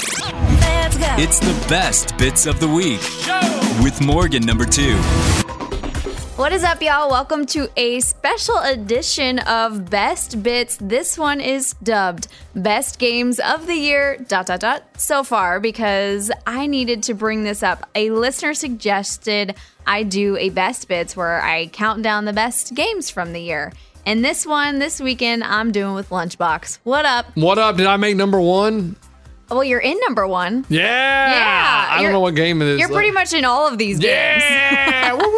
Let's go. It's the best bits of the week with Morgan number two. What is up, y'all? Welcome to a special edition of Best Bits. This one is dubbed Best Games of the Year, dot, dot, dot, so far, because I needed to bring this up. A listener suggested I do a Best Bits where I count down the best games from the year. And this one, this weekend, I'm doing with Lunchbox. What up? What up? Did I make number one? Well, you're in number one. Yeah. Yeah, I you're- don't know what game it is. You're pretty much in all of these games. Yeah. woo, woo, woo.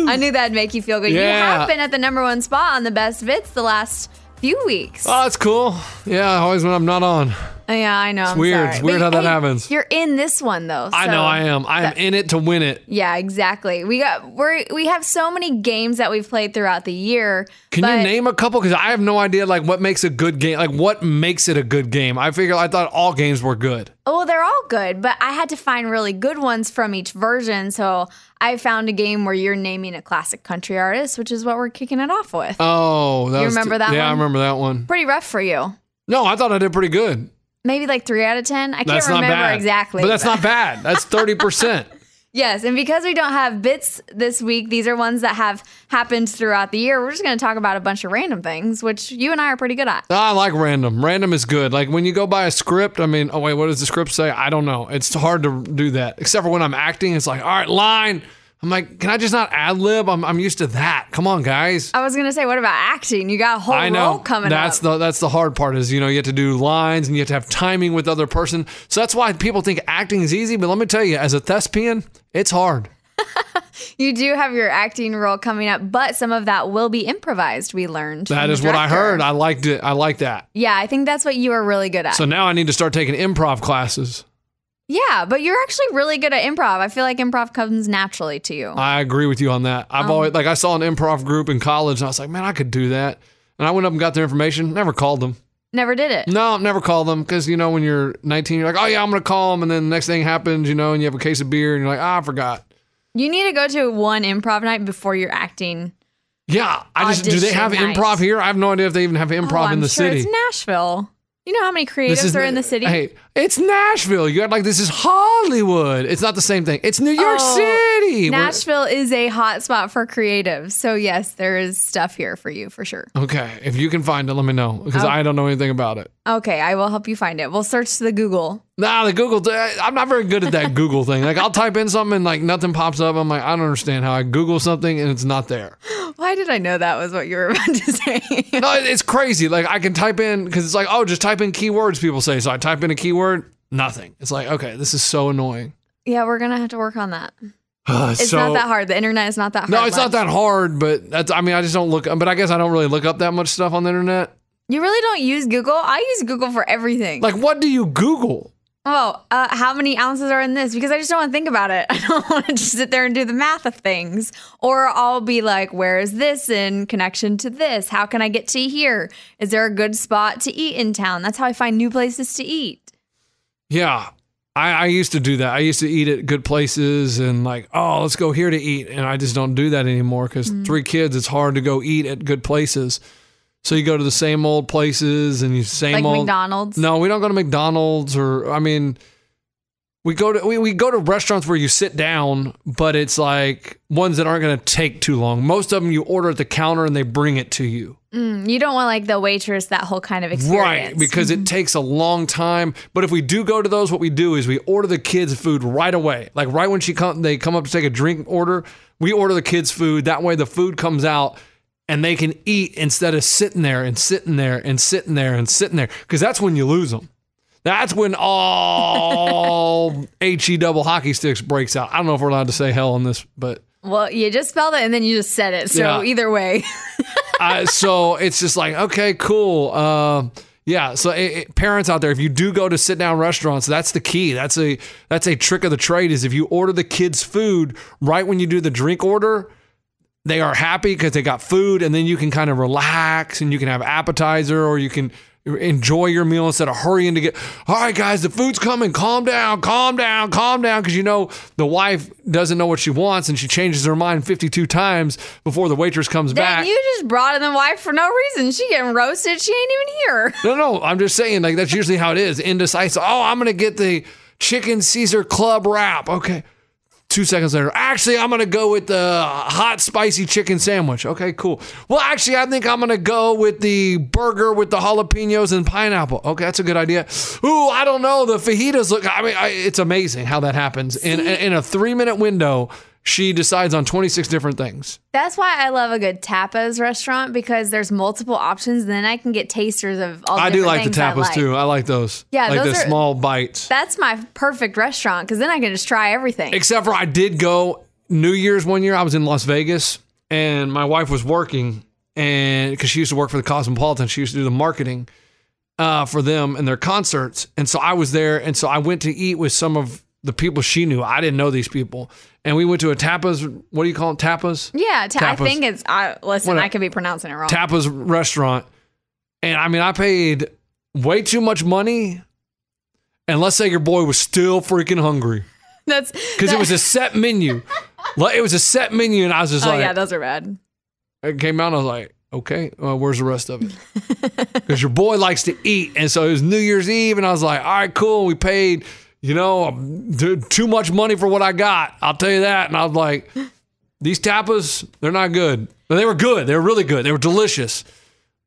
Oh, I knew that'd make you feel good. You Yeah. have been at the number one spot on the best bits the last few weeks. Oh, Oh, that's cool. Yeah, always when I'm not on. yeah, I know. It's weird. It's weird how that happens. You're in this one though. I so- know I am. I am in it to win it. Yeah, exactly. We got we're we have so many games that we've played throughout the year. Can but you name a couple? Because I have no idea like what makes a good game. Like what makes it a good game? I figure I thought all games were good. Well, oh, they're all good, but I had to find really good ones from each version. So I found a game where you're naming a classic country artist, which is what we're kicking it off with. Oh, that You was remember that Yeah, I one? remember that one. Pretty rough for you. No, I thought I did pretty good. Maybe like three out of ten. I can't That's remember not bad. exactly. But that's not bad. That's thirty percent. Yes, and because we don't have bits this week, these are ones that have happened throughout the year. We're just going to talk about a bunch of random things, which you and I are pretty good at. Ah, I like random. Random is good. Like when you go by a script, I mean, oh wait, what does the script say? I don't know. It's hard to do that. Except for when I'm acting, it's like, all right, line. I'm like, can I just not ad lib? I'm, I'm used to that. Come on, guys. I was going to say, what about acting? You got a whole I know role coming that's up. the that's the hard part is you know you have to do lines and you have to have timing with the other person. So that's why people think acting is easy. But let me tell you, as a thespian, it's hard. you do have your acting role coming up, but some of that will be improvised. We learned That from is the what I director. heard. I liked it. I like that. yeah, I think that's what you are really good at. So now I need to start taking improv classes. yeah, but you're actually really good at improv. I feel like improv comes naturally to you. I agree with you on that. I've Um, always like I saw an improv group in college and I was like, man, I could do that. And I went up and got their information. Never called them. Never did it. No, never called them because you know when you're 19, you're like, oh yeah, I'm gonna call them, and then the next thing happens, you know, and you have a case of beer, and you're like, ah, I forgot. You need to go to one improv night before your acting. Yeah, I just do they have Audition night. improv here? I have no idea if they even have Oh, improv I'm in the sure city. It's Nashville. You know how many creatives are in the city? Hey, it's Nashville. You act like this is Hollywood. It's not the same thing. It's New York Oh, City. We're- Nashville is a hot spot for creatives. So yes, there is stuff here for you for sure. Okay, if you can find it, let me know because Oh. I don't know anything about it. Okay, I will help you find it. We'll search the Google. Nah, the Google. I'm not very good at that Google thing. Like I'll type in something and like nothing pops up. I'm like, I don't understand how I Google something and it's not there. Why did I know that was what you were about to say? No, it- it's crazy. Like I can type in because it's like, oh, just type in keywords. People say so. I type in a keyword, nothing. It's like, okay, this is so annoying. yeah, we're gonna have to work on that. It's so, not that hard. The internet is not that hard. No, it's Lex. not that hard. But that's. I mean, I just don't look. But I guess I don't really look up that much stuff on the internet. You really don't use Google. I use Google for everything. Like, what do you Google? oh, uh, how many ounces are in this? Because I just don't want to think about it. I don't want to just sit there and do the math of things. Or I'll be like, where is this in connection to this? How can I get to here? Is there a good spot to eat in town? That's how I find new places to eat. Yeah. I, I used to do that. I used to eat at good places and like, oh, let's go here to eat. And I just don't do that anymore because Mm. three kids, it's hard to go eat at good places. So you go to the same old places and you same Like old McDonald's? No, we don't go to McDonald's or I mean, we go to we, we go to restaurants where you sit down, but it's like ones that aren't going to take too long. Most of them you order at the counter and they bring it to you. Mm, you don't want like the waitress that whole kind of experience. Right, because it takes a long time. But if we do go to those, what we do is we order the kids food right away. Like right when she come, they come up to take a drink order. We order the kids food. That way, the food comes out, and they can eat instead of sitting there and sitting there and sitting there and sitting there. Because that's when you lose them. That's when all he double hockey sticks breaks out. I don't know if we're allowed to say hell on this, but well, you just spelled it and then you just said it. So Yeah. either way, I, so it's just like okay, cool. Um yeah. So it, it- parents out there, if you do go to sit down restaurants, that's the key. That's a that's a trick of the trade is if you order the kids food right when you do the drink order. They are happy because they got food, and then you can kind of relax and you can have appetizer or you can enjoy your meal instead of hurrying to get. All right, guys, the food's coming. Calm down, calm down, calm down, because you know the wife doesn't know what she wants and she changes her mind fifty-two times before the waitress comes back. then you just brought in the wife for no reason. She getting roasted. She ain't even here. No, no, I'm just saying, like, that's usually how it is. Indecisive. Oh, I'm going to get the chicken Caesar club wrap. Okay. Two seconds later, actually, I'm going to go with the hot spicy chicken sandwich. Okay, cool. Well, actually, I think I'm going to go with the burger with the jalapenos and pineapple. Okay, that's a good idea. Ooh, I don't know. The fajitas look, I mean, I, it's amazing how that happens. In, in a three minute window, she decides on 26 different things. That's why I love a good tapas restaurant because there's multiple options and then I can get tasters of all I do different like the things I tapas too. I like those. Yeah, like those the are- small bites. That's my perfect restaurant because then I can just try everything. Except for I did go New Year's one year. I was in Las Vegas and my wife was working, and because she used to work for the Cosmopolitan, she used to do the marketing uh, for them and their concerts. And so I was there, and so I went to eat with some of the people she knew. I didn't know these people, and we went to a tapas. What do you call it? Tapas. yeah, ta- I Tapas. think it's. I, listen, Whatever. I could be pronouncing it wrong. Tapas restaurant. And I mean, I paid way too much money. And let's say your boy was still freaking hungry. That's because it was a set menu. Like, it was a set menu, and I was just Oh like, yeah, those are bad. it came out, and I was like, okay, well, where's the rest of it? Because your boy likes to eat, and so it was New Year's Eve, and I was like, all right, cool. We paid, you know, dude, too much money for what I got. I'll tell you that. And I was like, these tapas, they're not good. But they were good. They were really good. They were delicious.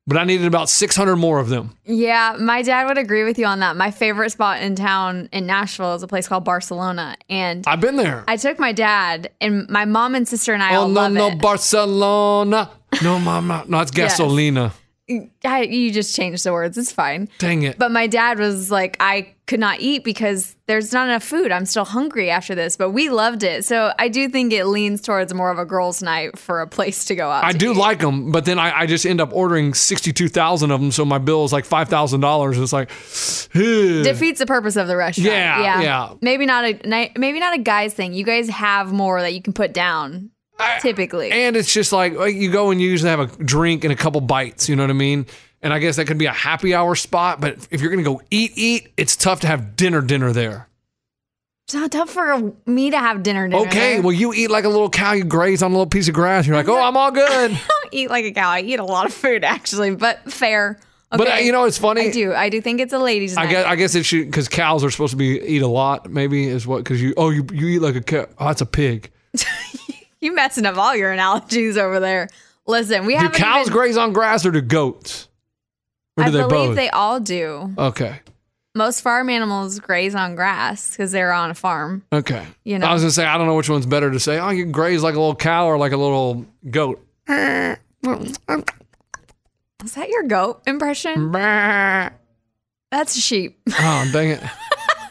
But I needed about 600 more of them. Yeah, my dad would agree with you on that. My favorite spot in town in Nashville is a place called Barcelona, and I've been there. I took my dad and my mom and sister and I all oh, no, love no, it. Barcelona. No, mama. No, it's Yes. gasolina. I, you just changed the words. It's fine. Dang it. But my dad was like, I could not eat because there's not enough food. I'm still hungry after this. But we loved it, so I do think it leans towards more of a girls' night for a place to go out. I to do eat. like them, but then I, I just end up ordering sixty-two thousand of them, so my bill is like five thousand dollars. It's like, ugh. defeats the purpose of the restaurant. Yeah, yeah. Maybe not a ni- maybe not a guys thing. You guys have more that you can put down typically. and it's just like like, you go and you usually have a drink and a couple bites. You know what I mean? And I guess that could be a happy hour spot, but if you're gonna go eat, eat, it's tough to have dinner, dinner there. it's not tough for me to have dinner. dinner okay, there. well you eat like a little cow, you graze on a little piece of grass. You're like, oh, I'm all good. I don't eat like a cow. I eat a lot of food actually, but fair. But, uh, you know, it's funny- I do. I do think it's a ladies' I night. guess I guess it should because cows are supposed to be eat a lot. Maybe is what because you oh you you eat like a cow. Oh, that's a pig. you messing up all your analogies over there. Listen, we Do haven't. cows even- graze on grass or do goats? Or I do they believe both? they all do. Okay. Most farm animals graze on grass because they're on a farm. Okay. You know. I was gonna say I don't know which one's better to say. Oh, you graze like a little cow or like a little goat. Is that your goat Mm. impression? That's a sheep. Oh dang it!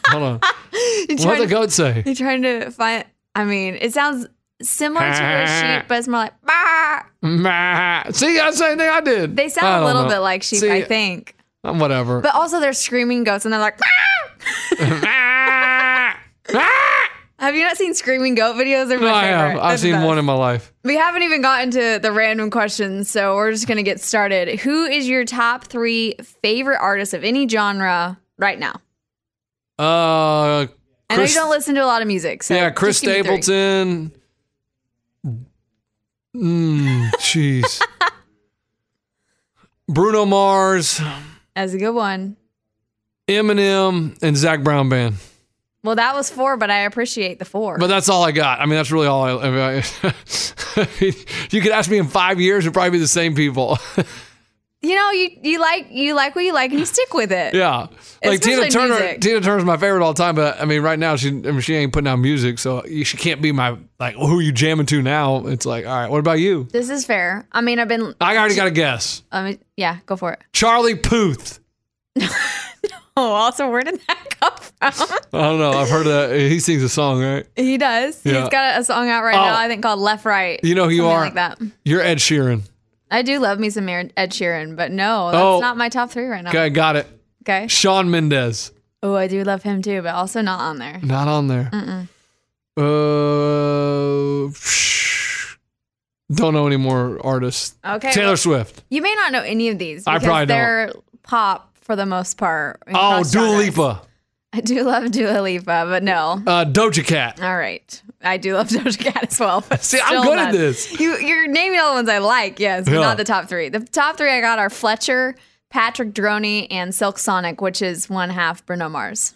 Hold on. You What trying did to- the goat say? You're trying to find. I mean, it sounds similar to a sheep, but it's more like. "Bah." Meh. See, that's the same thing I did. They I sound a don't little know. bit like sheep, See, I think. um, Whatever. But also, they're screaming goats, and they're like. "Bah!" Ah! Ah! Have you not seen screaming goat videos? They're my No, I favorite. have. I've That's the seen best. one in my life. We haven't even gotten to the random questions, so we're just gonna get started. Who is your top three favorite artists of any genre right now? Uh, I know you Chris, don't listen to a lot of music. So yeah, Chris just give me three. Stapleton. Mm, Jeez. Bruno Mars, That's a good one. Eminem, and Zach Brown Band. Well, that was four, but I appreciate the four. But that's all I got. I mean, that's really all I. I, mean, I you could ask me in five years, it'd probably be the same people. you know, you you like you like what you like and you stick with it. yeah, like Tina Especially Turner. music. Tina Turner's my favorite all the time. But I mean, right now she I mean, she ain't putting out music, so you- she can't be my like who you jamming to now. It's like, all right, what about you? This is fair. I mean, I've been. I already got a guess. I mean, yeah, go for it. Charlie Puth. Oh, also, where did that come from? I don't know. I've heard that he sings a song, right? he does. Yeah. He's got a song out right Oh. now. I think called Left Right. You know who you Something are. Like that. You're Ed Sheeran. I do love me some Mer- Ed Sheeran, but no, that's Oh. not my top three right now. Okay, got it. Okay. Sean Mendez. Oh, I do love him too, but also not on there. Not on there. Uh, shh. don't know any more artists. Okay, Taylor well- Swift. You may not know any of these. I because probably don't. they're pop for the most part. in Oh, cross Dua genres. Lipa. I do love Dua Lipa, but no. Uh, Doja Cat. All right. I do love Doja Cat as well. But See, I'm still good at not- this. You, you're naming all the ones I like, yes, but Yeah. not the top three. The top three I got are Fletcher, Patrick Droney, and Silk Sonic, which is one half Bruno Mars.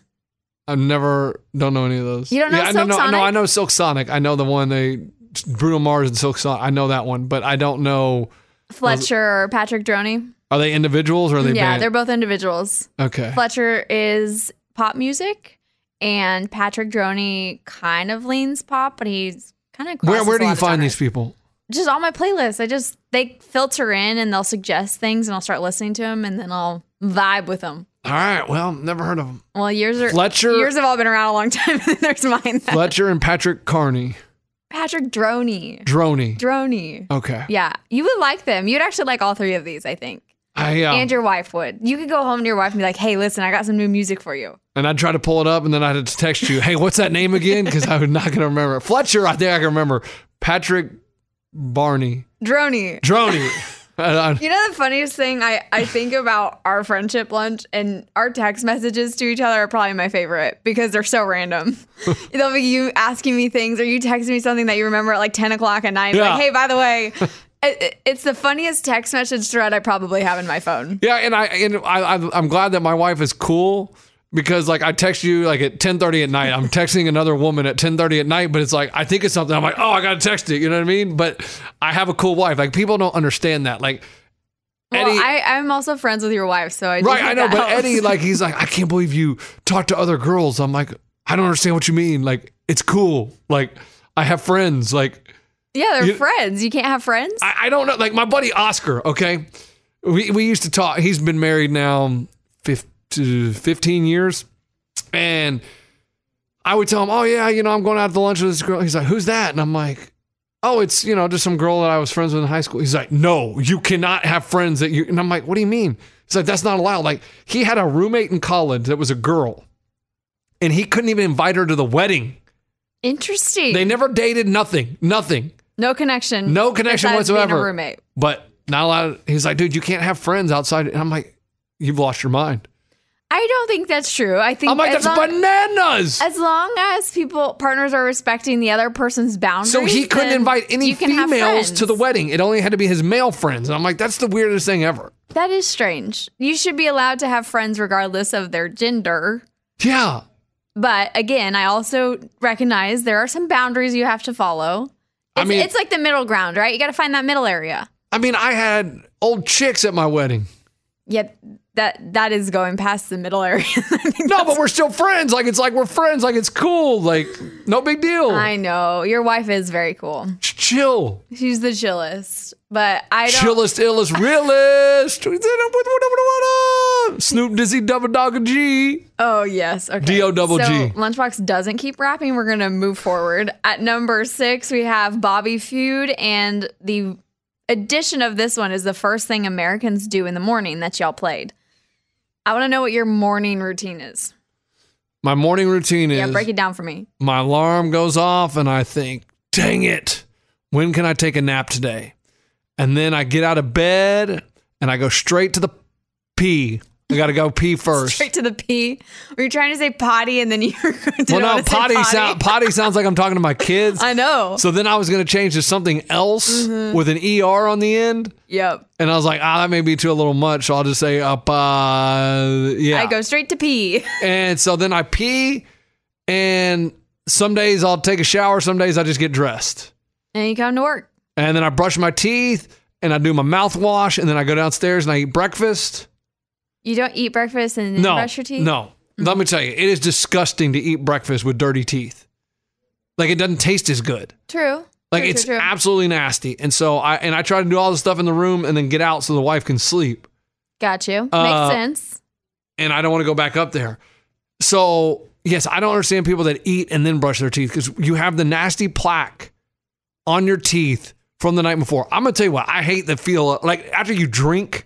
I've never don't know any of those. You don't know I know, Silk no, Sonic? No, I know Silk Sonic. I know the one they Bruno Mars and Silk Sonic. I know that one, but I don't know. Fletcher or Patrick Droney? Are they individuals or are they? yeah, band? they're both individuals. okay. Fletcher is pop music, and Patrick Droney kind of leans pop, but he's kind of Where where do you find these people? Just on my playlist. I just they filter in and they'll suggest things, and I'll start listening to them, and then I'll vibe with them. All right. Well, never heard of them. Well, yours are Fletcher- Yours have all been around a long time. and There's mine. then. Fletcher and Patrick Carney. Patrick Droney. Droney. Droney. Okay. Yeah, you would like them. You'd actually like all three of these, I think. I, uh, And your wife would. You could go home to your wife and be like, "Hey, listen, I got some new music for you." and I'd try to pull it up, and then I'd text you, "Hey, what's that name again?" Because I was not going to remember. Fletcher, I think I can remember. Patrick Barney Droney. Droney. And I- You know the funniest thing I, I think about our friendship lunch and our text messages to each other are probably my favorite because they're so random. They'll be you asking me things or you texting me something that you remember at like ten o'clock at night. Yeah. Like, hey, by the way, it, it- it's the funniest text message thread I probably have in my phone. yeah, and I and I, I I'm glad that my wife is cool because like I text you like at 10:30 at night. I'm texting another woman at 10:30 at night, but it's like I think it's something. I'm like, oh, I got to text it. You know what I mean? But I have a cool wife. Like people don't understand that. Like Well, Eddie- I, I'm also friends with your wife, so I do Right, think I know, that but helps. Eddie, like, he's like, I can't believe you talk to other girls. I'm like, I don't understand what you mean. Like, it's cool. Like, I have friends. Like, yeah, they're you- friends. You can't have friends. I, I don't know. Like, my buddy Oscar, okay? We, we used to talk. He's been married now fif- to 15 years. And I would tell him, oh, yeah, you know, I'm going out to lunch with this girl. He's like, who's that? And I'm like, oh, it's, you know, just some girl that I was friends with in high school. He's like, no, you cannot have friends that you. And I'm like, what do you mean? He's like, that's not allowed. Like, he had a roommate in college that was a girl, and he couldn't even invite her to the wedding. Interesting. They never dated, nothing, nothing, no connection. no connection besides being whatsoever. a roommate. But not allowed. He's like, dude, you can't have friends outside. And I'm like, you've lost your mind. I don't think that's true. I think I'm like, as that's long- bananas. As long as people partners are respecting the other person's boundaries, So he couldn't then invite any you can have females friends. to the wedding. It only had to be his male friends. And I'm like, that's the weirdest thing ever. That is strange. You should be allowed to have friends regardless of their gender. Yeah. But again, I also recognize there are some boundaries you have to follow. It's, I mean- it's like the middle ground, right? You got to find that middle area. I mean, I had old chicks at my wedding. Yet that that is going past the middle area. I think No, but we're still friends. Like, it's like we're friends. Like, it's cool. Like, no big deal. I know your wife is very cool. Just Chill. She's the chillest, but I don't. Chillest, illest, realest. Snoop Dizzy, Double Dog and G. Oh yes, okay. D O double so, G. Lunchbox doesn't keep rapping. We're gonna move forward. At number six, we have Bobby Feud, and the addition of this one is the first thing Americans do in the morning that y'all played. I want to know what your morning routine is. My morning routine is Yeah, break it down for me. my alarm goes off and I think, dang it, when can I take a nap today? And then I get out of bed and I go straight to the pee. I got to go pee first. Straight to the P. Were you trying to say potty and then you were going to Well, no, say potty, potty? Sound, potty sounds like I'm talking to my kids. I know. Mm-hmm. So then I was going to change to something else with an ER on the end. yep. And I was like, ah, that may be too a little much. So I'll just say up, uh, yeah. I go straight to P. And so then I pee, and some days I'll take a shower, some days I just get dressed. and you come to work. And then I brush my teeth, and I do my mouthwash, and then I go downstairs and I eat breakfast. You don't eat breakfast and then no, brush your teeth? Mm-hmm. no. Let me tell you, it is disgusting to eat breakfast with dirty teeth. Like it doesn't taste as good. True. Like True, it's true, true. absolutely nasty. And so I and I try to do all the stuff in the room and then get out so the wife can sleep. Got you. Uh, Makes sense. And I don't want to go back up there. So yes, I don't understand people that eat and then brush their teeth because you have the nasty plaque on your teeth from the night before. I'm gonna tell you what, I hate the feel of, like after you drink.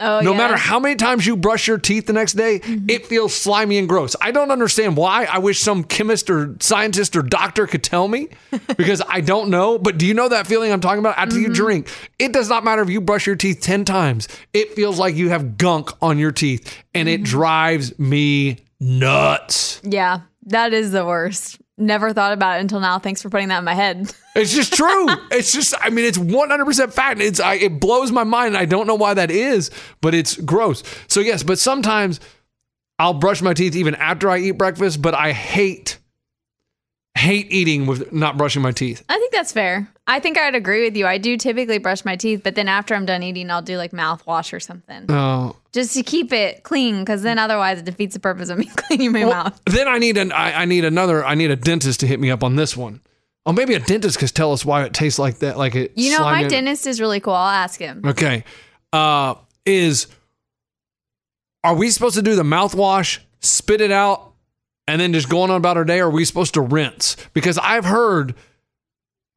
Oh, no yeah. Mm-hmm. matter how many times you brush your teeth the next day, it feels slimy and gross. I don't understand why. I wish some chemist or scientist or doctor could tell me because I don't know. But do you know that feeling I'm talking about after Mm-hmm. you drink? It does not matter if you brush your teeth 10 times, it feels like you have gunk on your teeth and Mm-hmm. it drives me nuts. Yeah, that is the worst. Never thought about it until now. Thanks for putting that in my head. It's just true. it's just, I mean, it's 100% fact. It's, I, it blows my mind. And I don't know why that is, but it's gross. So, yes, but sometimes I'll brush my teeth even after I eat breakfast, but I hate, hate eating with not brushing my teeth. I think that's fair. I think I'd agree with you. I do typically brush my teeth, but then after I'm done eating, I'll do like mouthwash or something Oh. just to keep it clean because then otherwise it defeats the purpose of me cleaning my mouth. Then I need an, I, I need another, I need a dentist to hit me up on this one. Oh, maybe a dentist could tell us why it tastes like that. Like it. You know, my slimy- dentist is really cool. I'll ask him. Okay. Uh, is are we supposed to do the mouthwash, spit it out, and then just go on about our day? Or are we supposed to rinse? Because I've heard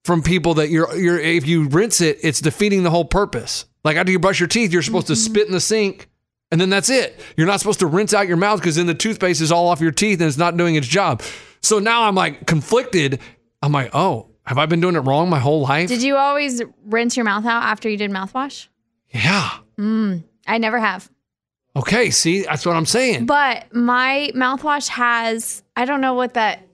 from people that you're you're if you rinse it, it's defeating the whole purpose. Like after you brush your teeth, you're supposed to spit in the sink. And then that's it. You're not supposed to rinse out your mouth because then the toothpaste is all off your teeth and it's not doing its job. So now I'm like conflicted. I'm like, oh, have I been doing it wrong my whole life? Did you always rinse your mouth out after you did mouthwash? yeah. I never have. Okay. See, that's what I'm saying. But my mouthwash has I don't know what that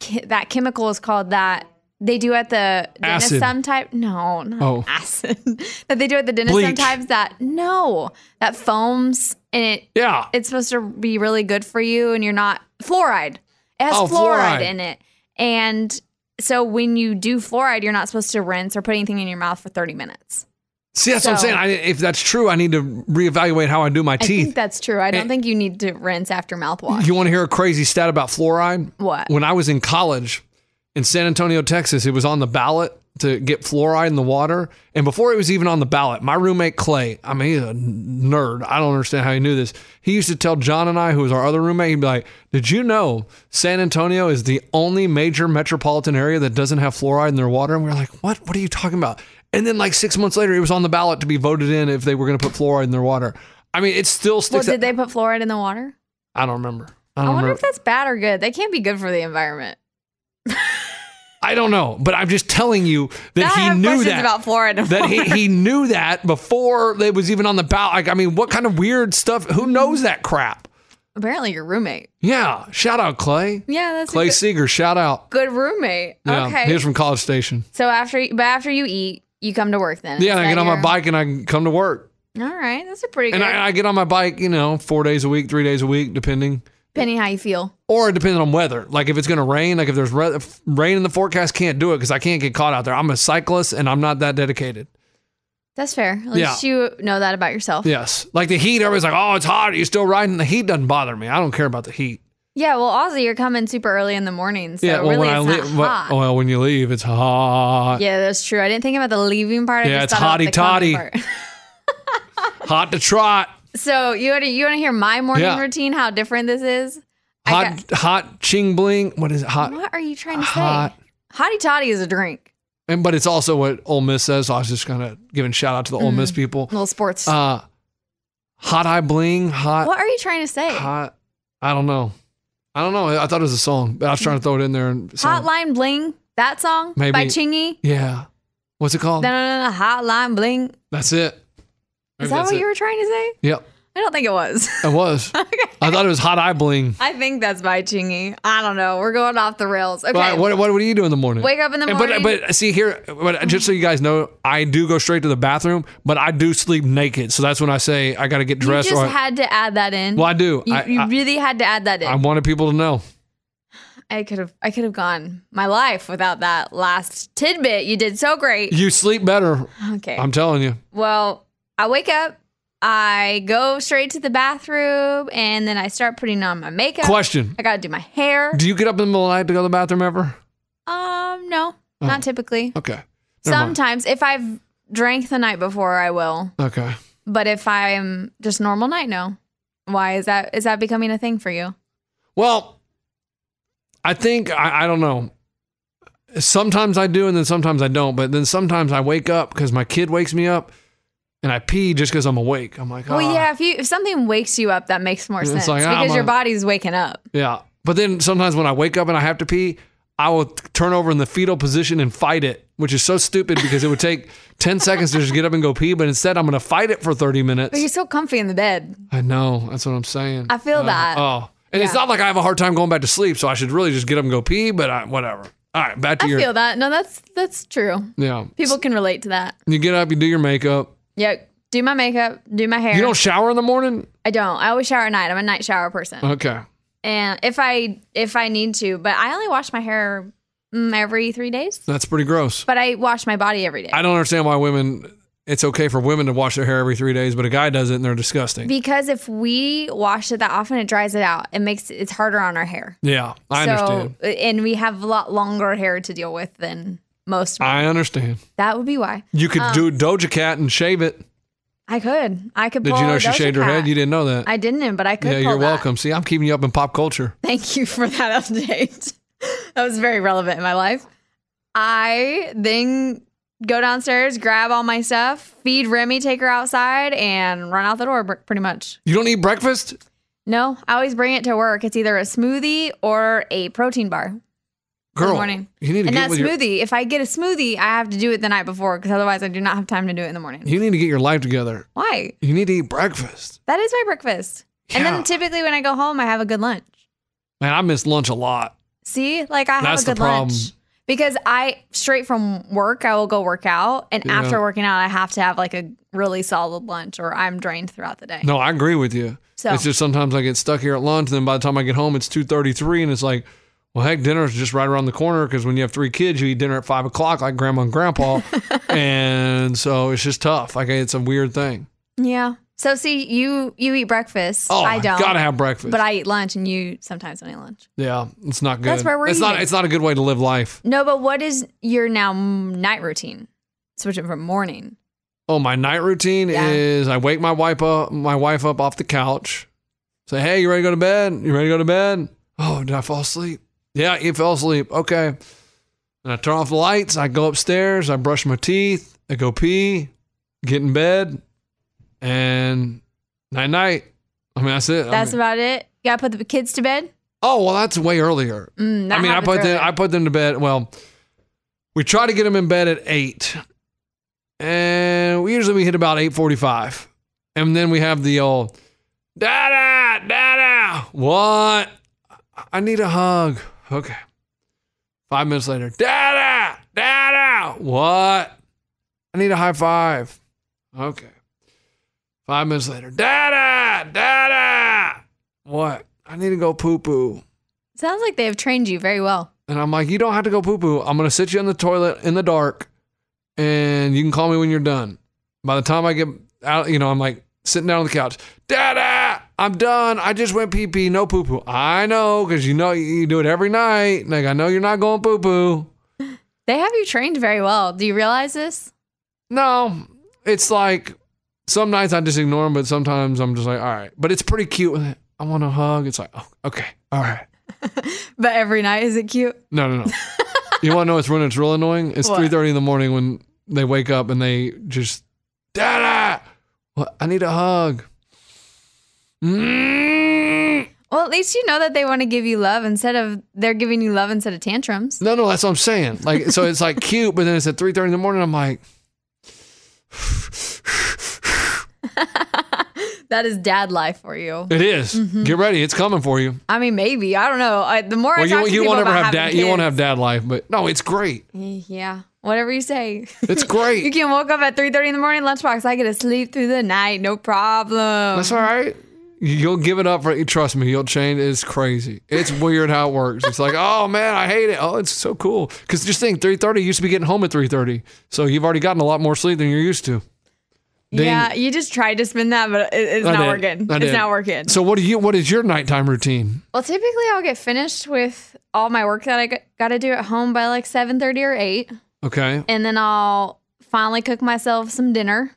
che- that chemical is called that they do at the dentist Acid. some type no not Oh. acid that they do at the dentist Bleach. sometimes that no that foams and it Yeah. it's supposed to be really good for you and you're not fluoride it has Oh, fluoride, fluoride. in it and so when you do fluoride you're not supposed to rinse or put anything in your mouth for 30 minutes See, that's what I'm So- saying. I, if that's true, I need to reevaluate how I do my I think teeth. Eh. that's true I don't think you need to rinse after mouthwash You want to hear a crazy stat about fluoride? What? When I was in college in San Antonio, Texas, it was on the ballot to get fluoride in the water. And before it was even on the ballot, my roommate Clay, I mean, he's a nerd. I don't understand how he knew this. He used to tell John and I, who was our other roommate, he'd be like, Did you know San Antonio is the only major metropolitan area that doesn't have fluoride in their water? And we were like, What? What are you talking about? And then, like, six months later, it was on the ballot to be voted in if they were going to put fluoride in their water. I mean, it still well sticks did out- they put fluoride in the water I don't remember. I, don't wonder remember. if that's bad or good. That can't be good for the environment. I don't know, but I'm just telling you that Now I he have knew questions that. about Florida. that he, he knew that before it was even on the ballot. Like, I mean, what kind of weird stuff? Who knows that crap? Apparently, your roommate. Yeah. Shout out, Clay. Yeah, that's a Clay good, Seeger. Shout out. good roommate. Yeah. okay. He was from College Station. so after, you- but after you eat, you come to work then. Yeah. Is And I that get on my your- bike and I come to work. All right, that's a pretty good. And I, I get on my bike, you know, four days a week, three days a week, depending. depending how you feel. Or depending on weather. Like if it's going to rain, like if there's re- if rain in the forecast, can't do it because I can't get caught out there. I'm a cyclist and I'm not that dedicated. That's fair. At least Yeah. you know that about yourself. Yes. Like the heat, everybody's like, oh, it's hot. Are you still riding? The heat doesn't bother me. I don't care about the heat. Yeah, Well, also you're coming super early in the morning, so really it's when not leave, well- oh, hot. well, when you leave, it's hot. yeah, that's true. I didn't think about the leaving part. Yeah, I it's just thought about the coming hotty toddy. part. Hot to trot. so you want to you want to hear my morning Yeah. routine? How different this is? I Hot, hot ching bling. What is it? Hot. What are you trying to Hot. say? Hotty toddy is a drink. And but it's also what Ole Miss says. So I was just kind of giving shout out to the Ole Mm. Miss people. Little sports. Uh, hot eye bling. Hot. what are you trying to say? Hot, Hot. I don't know. I don't know. I thought it was a song, but I was trying to throw it in there. And so- Hotline Bling. That song by Maybe. Chingy. Yeah. What's it called? No, no, no, no. Hotline Bling. That's it. Maybe Is that that's what it. you were trying to say? Yep. I don't think it was. It was. I thought it was hot eye bling. I think that's by Chingy. I don't know. We're going off the rails. Okay. But what, what what do you do in the morning? Wake up in the And morning. But but see here, but just so you guys know, I do go straight to the bathroom, but I do sleep naked. So that's when I say I got to get you dressed. just or I, had to add that in. Well, I do. You, I- you I- really had to add that in. I wanted people to know. I could have I could have gone my life without that last tidbit. You did so great. You sleep better. Okay. I'm telling you. well, I wake up, I go straight to the bathroom, and then I start putting on my makeup. Question: I gotta do my hair. Do you get up in the middle of the night to go to the bathroom ever? um, no, not typically. Okay. Oh. Never mind. Sometimes if I've drank the night before, I will. Okay. But if I'm just normal night, no. Why is that? Is that becoming a thing for you? Well, I think I, I don't know. Sometimes I do, and then sometimes I don't. But then sometimes I wake up because my kid wakes me up, and I pee just because I'm awake. I'm like, Well, "Ah." yeah. If you if something wakes you up, that makes more It's sense like, ah, because my- your body's waking up. Yeah. But then sometimes when I wake up and I have to pee, I will t- turn over in the fetal position and fight it, which is so stupid because it would take 10 seconds to just get up and go pee. But instead, I'm going to fight it for 30 But you're minutes. so comfy in the bed. I know. That's what I'm saying. I feel Uh, that. Oh. And it's not like I have a hard time going back to sleep. So I should really just get up and go pee, but I, whatever. All right. Back to I your. feel that. No, that's that's true. Yeah. People can relate to that. You get up, you do your makeup. Yeah, do my makeup, do my hair. You don't shower in the morning? I don't. I always shower at night. I'm a night shower person. Okay. and if I if I need to, but I only wash my hair mm, every three days. That's pretty gross. But I wash my body every day I don't understand why women, it's okay for women to wash their hair every three days, but a guy does it and they're disgusting. because if we wash it that often, it dries it out. It makes it's harder on our hair. yeah. I understand. and we have a lot longer hair to deal with than most. men. I understand. that would be why You could do Um, Doja Cat and shave it. I could. I could. Did pull you know a she Doja shaved her Cat. head? You didn't know that. I didn't, but I could. yeah, pull you're that. welcome. See, I'm keeping you up in pop culture. Thank you for that update. that was very relevant in my life. I then go downstairs, grab all my stuff, feed Remy, take her outside, and run out the door br- pretty much. You don't eat breakfast? No, I always bring it to work. It's either a smoothie or a protein bar. Girl, Good morning. you need to and get that with your, smoothie, if I get a smoothie, I have to do it the night before because otherwise I do not have time to do it in the morning. you need to get your life together. Why? You need to eat breakfast. That is my breakfast. And Yeah. then typically when I go home, I have a good lunch. Man, I miss lunch a lot. See, like I have That's a the good lunch problem. because I straight from work I will go work out, and Yeah. after working out I have to have like a really solid lunch, or I'm drained throughout the day. No, I agree with you. So- It's just sometimes I get stuck here at lunch, and then by the time I get home, it's two thirty-three, and it's like, well, heck, dinner's just right around the corner. Because when you have three kids, you eat dinner at five o'clock, like grandma and grandpa, and so it's just tough. Like it's a weird thing. Yeah. So see, you you eat breakfast. Oh, I don't. gotta have breakfast. But I eat lunch, and you sometimes don't eat lunch. Yeah, it's not good. That's where we're it's not. eating. It's not a good way to live life. No, but what is your now m- night routine? Switching from morning. Oh, my night routine Yeah. is I wake my wife up, my wife up off the couch, say, "Hey, you ready to go to bed? You ready to go to bed? Oh, did I fall asleep? Yeah, you fell asleep. Okay." And I turn off the lights. I go upstairs. I brush my teeth. I go pee, get in bed, and night night. I mean, that's it. I That's mean- about it. You gotta put the kids to bed. oh well, that's way earlier. Mm, that I mean, I happens put them. earlier. I put them to bed. Well, we try to get them in bed at eight, and we usually we hit about eight forty-five, and then we have the old da da da da. What? I- I need a hug. Okay. Five minutes later, da da da da. What? I need a high five. Okay. Five minutes later, da da da da. What? I need to go poo poo. Sounds like they have trained you very well. And I'm like, you don't have to go poo poo. I'm going to sit you in the toilet in the dark and you can call me when you're done. By the time I get out, you know, I'm like sitting down on the couch. Dada, I'm done. I just went pee pee, no poo poo. I know because you know you do it every night. Like, I know you're not going poo poo. They have you trained very well. Do you realize this? No, it's like some nights I just ignore them, but sometimes I'm just like, all right. But it's pretty cute. I want a hug. It's like, oh, okay. All right. But every night is it cute? No, no, no. you want to know it's when it's real annoying? It's What? three thirty in the morning when they wake up and they just Dada. What? I need a hug. Mm. Well, at least you know that they want to give you love instead of they're giving you love instead of tantrums. No, no, that's what I'm saying. Like, so it's like cute, but then it's at three thirty in the morning. I'm like, That is dad life for you. It is. Mm-hmm. Get ready. It's coming for you. I mean, maybe I don't know. I, the more I well, talk you, to you people won't ever about have dad. having You won't kids- eh, have dad life, but no, it's great. Yeah, whatever you say. It's great. you can woke up at three thirty in the morning, lunchbox. I get to sleep through the night, no problem. That's all right. You'll give it up for trust me, you'll change it's crazy. It's weird how it works. It's like, oh man, I hate it. Oh, it's so cool. Cause just think three thirty used to be getting home at three thirty. So you've already gotten a lot more sleep than you're used to. Ding. Yeah, you just tried to spin that, but it, it's I not did. working. I It's did. not working. So what do you what is your nighttime routine? well, typically I'll get finished with all my work that I got to do at home by like seven thirty or eight, Okay. and then I'll finally cook myself some dinner.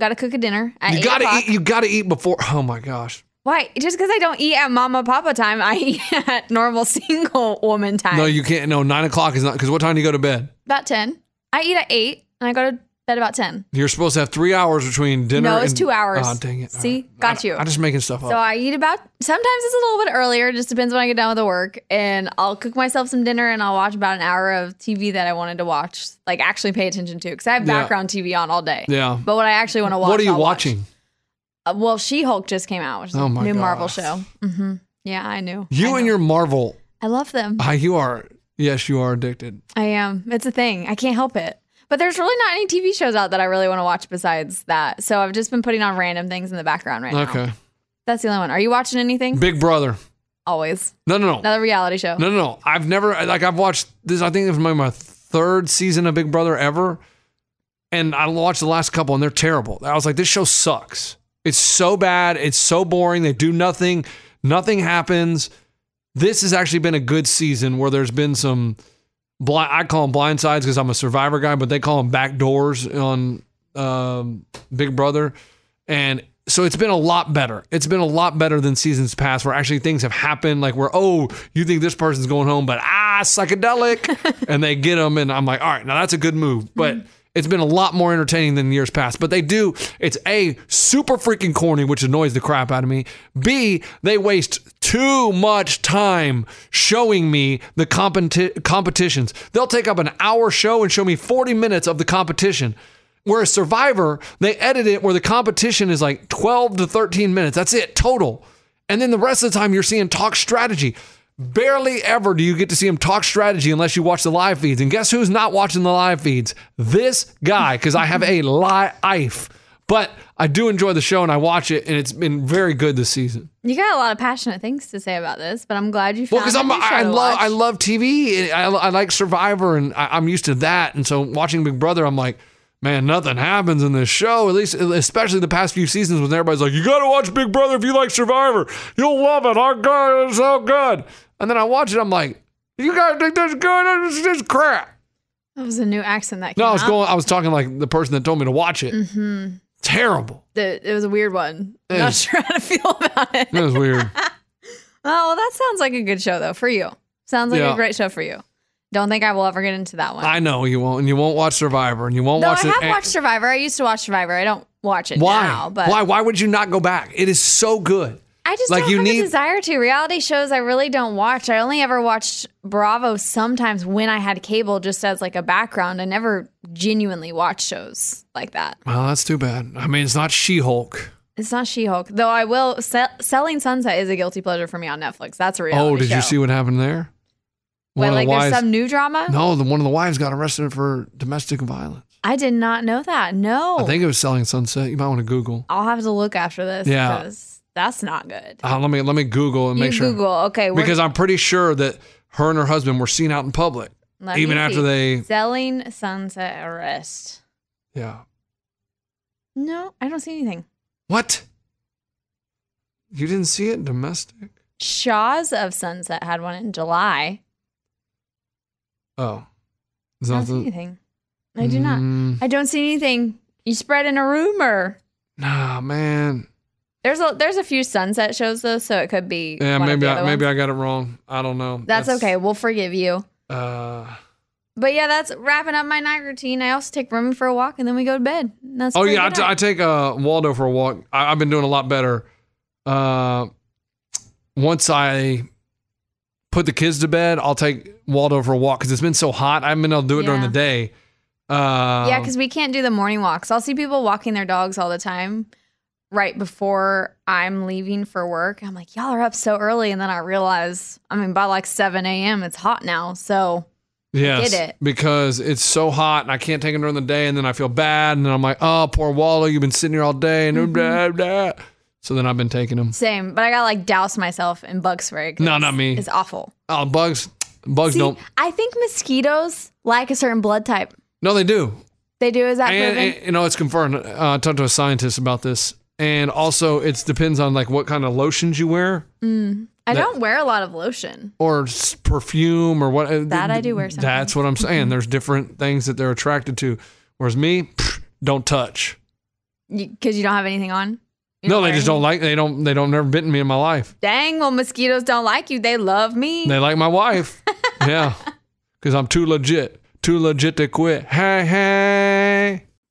Got to cook a dinner at You 8 gotta o'clock. eat you gotta eat before oh my gosh. Why? Just because I don't eat at mama papa time, I eat at normal single woman time. No, you can't no, nine o'clock is not because what time do you go to bed? about ten. I eat at eight, and I go to bed about ten. You're supposed to have three hours between dinner No, it's and- two hours. Oh, dang it. All See? right. Got I, you. I'm just making stuff up. So I eat about. Sometimes it's a little bit earlier. It just depends when I get done with the work, and I'll cook myself some dinner, and I'll watch about an hour of TV that I wanted to watch, like actually pay attention to, because I have Yeah. background TV on all day. yeah. But what I actually want to watch. What are you I'll watch. watching? Uh, well, She Hulk just came out, which is Oh a my new Marvel gosh. show. hmm Yeah, I knew. I You and know. your Marvel I love them. Ah, you are. Yes, you are addicted. I am. It's a thing. I can't help it. But there's really not any TV shows out that I really want to watch besides that. So I've just been putting on random things in the background right now. Okay. That's the only one. Are you watching anything? Big Brother. Always. No, no, no. Another reality show. No, no, no. I've never, like, I've watched this, I think it was my, my third season of Big Brother ever. And I watched the last couple and they're terrible. I was like, this show sucks. It's so bad. It's so boring. They do nothing. Nothing happens. This has actually been a good season where there's been some, blind, I call them blind sides because I'm a survivor guy, but they call them back doors on um, Big Brother. And so it's been a lot better. It's been a lot better than seasons past where actually things have happened, like where, oh, you think this person's going home, but ah, psychedelic. and they get them. And I'm like, all right, now that's a good move. But it's been a lot more entertaining than years past. But they do, it's A, super freaking corny, which annoys the crap out of me. B, they waste too much time showing me the competi- competitions. They'll take up an hour show and show me 40 minutes of the competition. Whereas Survivor, they edit it where the competition is like 12 to 13 minutes. That's it, total. And then the rest of the time, you're seeing talk strategy. Barely ever do you get to see him talk strategy unless you watch the live feeds. And guess who's not watching the live feeds? This guy, because I have a life. But I do enjoy the show and I watch it, and it's been very good this season. You got a lot of passionate things to say about this, but I'm glad you found Well, because a I'm new show I to love I watch. love TV. I, I like Survivor, and I, I'm used to that. And so watching Big Brother, I'm like, man, nothing happens in this show. At least, especially the past few seasons, when everybody's like, you got to watch Big Brother if you like Survivor. You'll love it. Our God, it's so good. And then I watch it. I'm like, you guys think this is good? This is just crap. That was a new accent that came No, I was out. going. I was talking like the person that told me to watch it. Mm-hmm. Terrible. The- it was a weird one. I'm Yeah. Not sure how to feel about it. It was weird. Oh, well, that sounds like a good show though for you. Sounds like Yeah. a great show for you. Don't think I will ever get into that one. I know you won't, and you won't watch Survivor, and you won't Though I watch. have it. watched Survivor. I used to watch Survivor. I don't watch it Why? now, but why? Why would you not go back? It is so good. I just Like, don't you have need- a desire to. Reality shows I really don't watch. I only ever watched Bravo sometimes when I had cable just as like a background. I never genuinely watched shows like that. Well, that's too bad. I mean, it's not She Hulk. It's not She-Hulk. Though I will Sell- Selling Sunset is a guilty pleasure for me on Netflix. That's a reality Oh, did show. you see what happened there? Wait, like wives. there's some new drama? no, the one of the wives got arrested for domestic violence. I did not know that. No. I think it was Selling Sunset. You might want to Google. I'll have to look after this. Yeah. 'cause That's not good. Uh, let me let me Google and you make sure Google. Okay. We're, because I'm pretty sure that her and her husband were seen out in public, let even me after see. they. Selling Sunset Arrest. Yeah. No, I don't see anything. What? You didn't see it domestic? Shaws of Sunset had one in July. Oh, I don't see nothing. anything. I do not. Mm, I don't see anything. You spreading a rumor. nah, man. There's a there's a few sunset shows though, so it could be. Yeah, one of maybe the I, other maybe ones. I got it wrong. I don't know. That's, okay. We'll forgive you. Uh, But yeah, that's wrapping up my night routine. I also take Remy for a walk and then we go to bed. And That's oh pretty yeah, I, good t- night. I take uh, Waldo for a walk. I- I've been doing a lot better. Uh, once I put the kids to bed, I'll take Waldo for a walk because it's been so hot. I haven't been able to do it during Yeah. the day. Uh, Um, Yeah, because we can't do the morning walks. I'll see people walking their dogs all the time right before I'm leaving for work. I'm like, y'all are up so early. And then I realize, I mean, by like 7 a.m., it's hot now. So Yes, Get it. because it's so hot and I can't take them during the day, and then I feel bad, and then I'm like, oh, poor Waldo, you've been sitting here all day, Mm-hmm. and blah, blah. so then I've been taking them. same. But I got to like douse myself in bug spray. 'cause No, not me. It's awful. Oh, bugs, bugs See, don't. I think mosquitoes like a certain blood type. No, they do. They do. Is that And, proven? and, you know, it's confirmed. Uh, I talked to a scientist about this, and also it depends on like what kind of lotions you wear I that- don't wear a lot of lotion. or s- perfume or what. uh, That I do wear sometimes. Mm-hmm. That's what I'm saying. There's different things that they're attracted to. Whereas me, pfft, don't touch. because you, don't have anything on. You no, don't they wear just don't anything. like. They don't. They don't never bitten me in my life. Dang, well, mosquitoes don't like you. They love me. They like my wife. yeah, because I'm too legit. Too legit to quit. Hey, hey.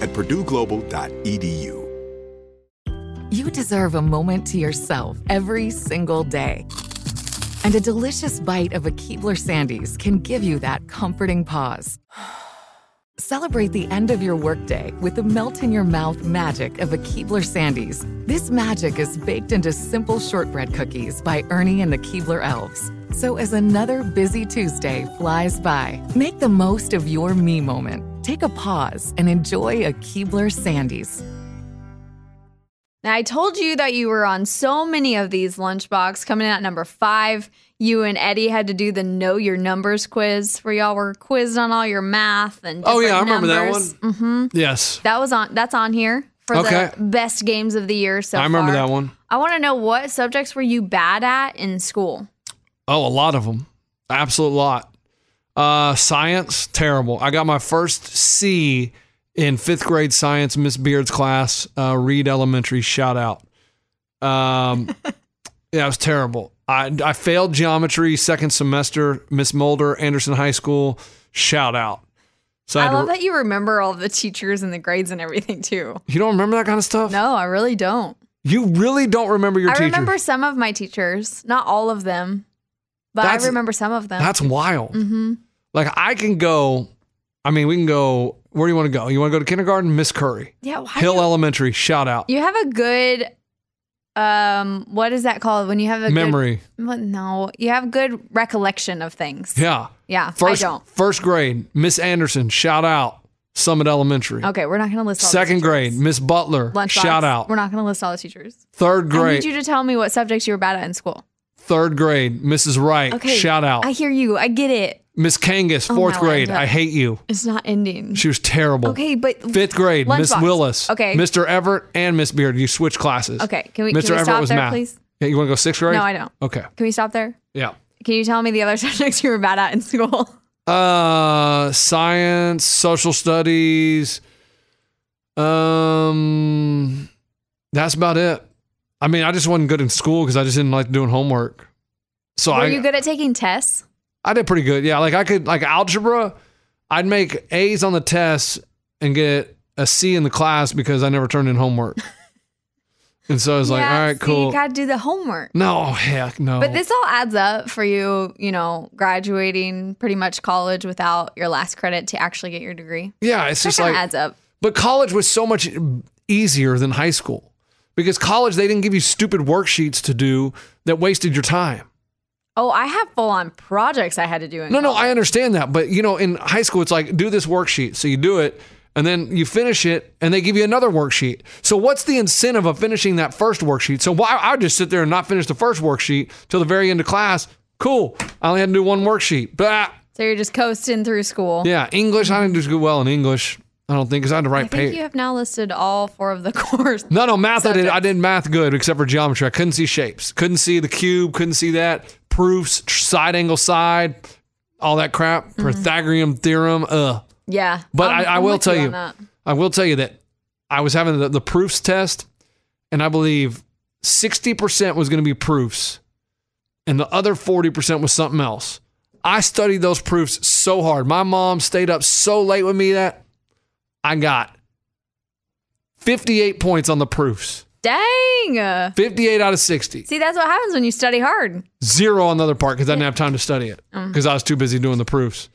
at purdueglobal.edu. You deserve a moment to yourself every single day. And a delicious bite of a Keebler Sandies can give you that comforting pause. Celebrate the end of your workday with the melt in your mouth magic of a Keebler Sandies. This magic is baked into simple shortbread cookies by Ernie and the Keebler Elves. So as another busy Tuesday flies by, make the most of your me moment. Take a pause and enjoy a Keebler Sandies. Now, I told you that you were on so many of these lunchbox. Coming in at number five, you and Eddie had to do the Know Your Numbers quiz where y'all were quizzed on all your math and Oh, yeah, I different remember that numbers. Mm-hmm. one. Yes, That was on. That's on here for Okay. the best games of the year so I remember far. that one. I want to know what subjects were you bad at in school? Oh, a lot of them. Absolute lot. Uh, science, terrible. I got my first C in fifth grade science, Miss Beard's class, uh, Reed Elementary. Shout out. Um, yeah, it was terrible. I, I failed geometry second semester, Miss Mulder, Anderson High School. Shout out. So I I had to- love that you remember all the teachers and the grades and everything too. you don't remember that kind of stuff? No, I really don't. You really don't remember your I teacher. remember some of my teachers, not all of them, but That's- I remember some of them. That's wild. hmm Like, I can go, I mean, we can go, where do you want to go? You want to go to kindergarten? Miss Curry. Yeah, why Hill do you, Elementary, shout out. you have a good um what is that called when you have a good- Memory. What- no, you have good recollection of things. Yeah. Yeah, First, I don't. first grade, Miss Anderson, shout out. Summit Elementary. Okay, we're not going to list all the Second teachers. grade, Miss Butler, Lunchbox. shout out. We're not going to list all the teachers. Third I grade, need you to tell me what subjects you were bad at in school. third grade, Mrs. Wright, Okay. shout out. I hear you. I get it. Miss Kangas, Oh, fourth my grade, lined up. I hate you. It's not ending. She was terrible. Okay, but Fifth grade, Miss Lunchbox. Willis. Okay. Mr. Everett and Miss Beard, you switch classes. Okay, can we- Mr. can we Everett stop was there, math. please? Yeah, you want to go sixth grade? No, I don't. Okay. Can we stop there? Yeah. Can you tell me the other subjects you were bad at in school? Uh, science, social studies. Um, that's about it. I mean, I just wasn't good in school because I just didn't like doing homework. So Were Oh, I, you good at taking tests? I did pretty good. Yeah, like I could like algebra. I'd make A's on the test and get a C in the class because I never turned in homework. And so I was like, all right, so cool. You got to do the homework. no, heck no. But this all adds up for you, you know, graduating pretty much college without your last credit to actually get your degree. yeah, it's That just kind like of adds up. But college was so much easier than high school because college they didn't give you stupid worksheets to do that wasted your time. Oh, I have full on projects I had to do in No, no, college. I understand that, but you know, in high school it's like do this worksheet, so you do it, and then you finish it, and they give you another worksheet. So what's the incentive of finishing that first worksheet? So why I would just sit there and not finish the first worksheet till the very end of class? Cool, I only had to do one worksheet. Blah. So you're just coasting through school. Yeah, English I didn't do well in English. I don't think because I had to I write think papers. you have now listed all four of the course. No, no, math. I did. I subjects. did math good, except for geometry. I couldn't see shapes. Couldn't see the cube. Couldn't see that proofs, tr- side angle, side, all that crap. Mm-hmm. Pythagorean theorem. Ugh. Yeah. But I'm- I, I I'm will with tell you, on that. I will tell you that I was having the, the proofs test, and I believe sixty percent was going to be proofs, and the other forty percent was something else. I studied those proofs so hard. My mom stayed up so late with me that I got fifty-eight points on the proofs. Dang. 58 out of 60. See, that's what happens when you study hard. Zero on the other part because I didn't have time to study it Oh. because I was too busy doing the proofs.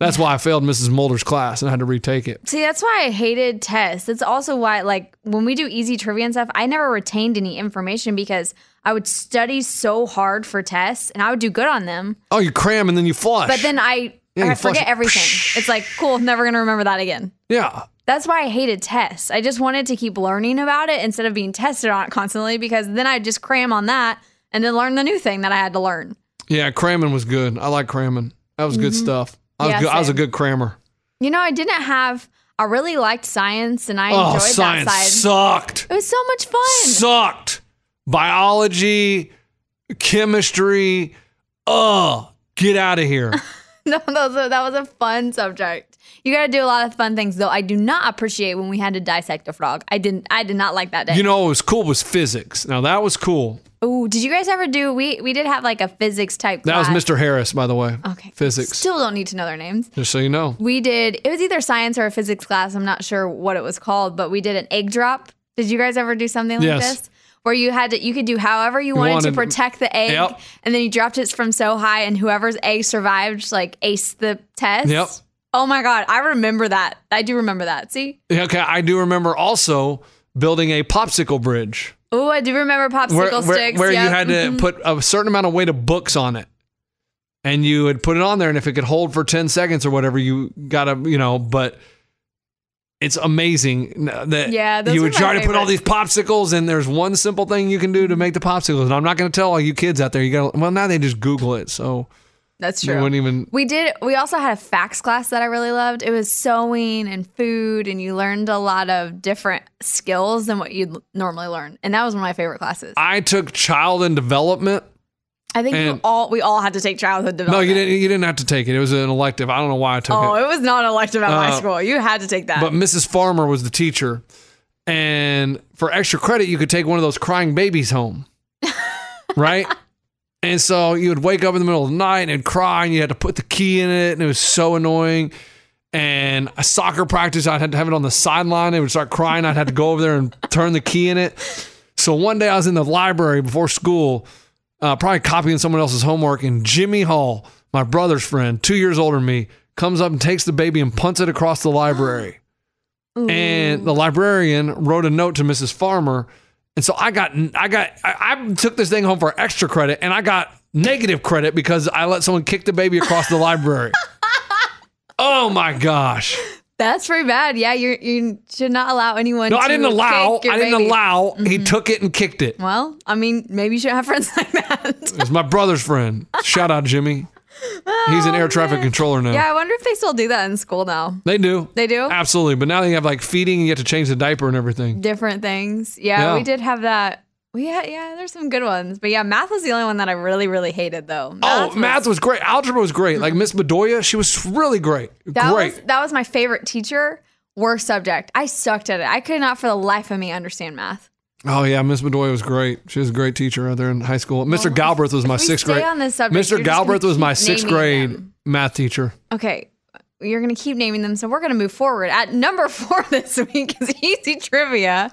That's why I failed Mrs. Mulder's class and I had to retake it. See, that's why I hated tests. That's also why, like, when we do easy trivia and stuff, I never retained any information because I would study so hard for tests and I would do good on them. Oh, you cram and then you flush. But then I, Yeah, I you flush forget it. everything. it's like, cool, never going to remember that again. yeah. That's why I hated tests. I just wanted to keep learning about it instead of being tested on it constantly because then I'd just cram on that and then learn the new thing that I had to learn. Yeah, cramming was good. I like cramming. That was good stuff. I Mm-hmm. was, Yeah, good, I was a same. good crammer. You know, I didn't have, I really liked science and I Oh, enjoyed science that side. sucked. it was so much fun. Sucked. Biology, chemistry. Ugh. Get out of here. No, that was, a, that was a fun subject. You got to do a lot of fun things, though. I do not appreciate when we had to dissect a frog. I didn't. I did not like that day. you know what was cool was physics. Now, that was cool. Ooh, did you guys ever do? We we did have like a physics type. That was class. Mr. Harris, by the way. Okay. Physics. Still don't need to know their names. Just so you know. We did. It was either science or a physics class. I'm not sure what it was called, but we did an egg drop. Did you guys ever do something like Yes. this? Where you had to, you could do however you wanted, to wanted- protect the egg, Yep. and then you dropped it from so high, and whoever's egg survived, like aced the test. Yep. Oh my god, I remember that. I do remember that. See, Yeah, Okay, I do remember also building a popsicle bridge oh, I do remember popsicle where, where, sticks. where you Yep. Mm-hmm. had to put a certain amount of weight of books on it. And you would put it on there, and if it could hold for 10 seconds or whatever, you got to, you know, but it's amazing that Yeah, those you were would my try to put all these favorites. popsicles, and there's one simple thing you can do to make the popsicles. And I'm not going to tell all you kids out there, you got to, well, now they just Google it. So That's you true. wouldn't even, we did. We also had a facts class that I really loved. It was sewing and food, and you learned a lot of different skills than what you'd normally learn. And that was one of my favorite classes. I, I took child and development. think and- you all we all had to take childhood No, development. you didn't, you didn't have to take it. It was an elective. I don't know why I took it. Oh, it was not elective at Uh, my school. You had to take that. But Mrs. Farmer was the teacher. And for extra credit, you could take one of those crying babies home. right? And so you would wake up in the middle of the night and cry, and you had to put the key in it, and it was so annoying. And a soccer practice, I'd have to have it on the sideline. They would start crying. I'd have to go over there and turn the key in it. So one day I was in the library before school, uh, probably copying someone else's homework, and Jimmy Hall, my brother's friend, two years older than me, comes up and takes the baby and punts it across the library. and the librarian wrote a note to Mrs. Farmer, and so I got I got I, I took this thing home for extra credit, and I got negative credit because I let someone kick the baby across the library. Oh my gosh! That's pretty bad. Yeah, you you should not allow anyone. No, to I didn't allow. kick your I didn't baby. Mm-hmm. allow. He took it and kicked it. Well, I mean, maybe you should have friends like that. It was my brother's friend. Shout out Jimmy. He's an air traffic controller now. Oh, yeah, I wonder if they still do that in school now. They do. They do? Absolutely. But now they have like feeding, you have to change the diaper and everything. different things. Yeah, Yeah. we did have that. We had, yeah, there's some good ones. But yeah, math was the only one that I really, really hated though. oh, math was great. Algebra was great. Like Miss Bedoya, she was really great. that great. was that was my favorite teacher. Worst subject. I sucked at it. I could not for the life of me understand math. oh yeah, Miss Bedoya was great. She was a great teacher out there in high school. Mr. Galbraith was my we sixth Oh, stay grade. on this subject, Mr. you're just gonna Galbraith was my keep sixth naming grade them. math teacher. Okay. You're gonna keep naming them, so we're gonna move forward. At number four this week is easy trivia.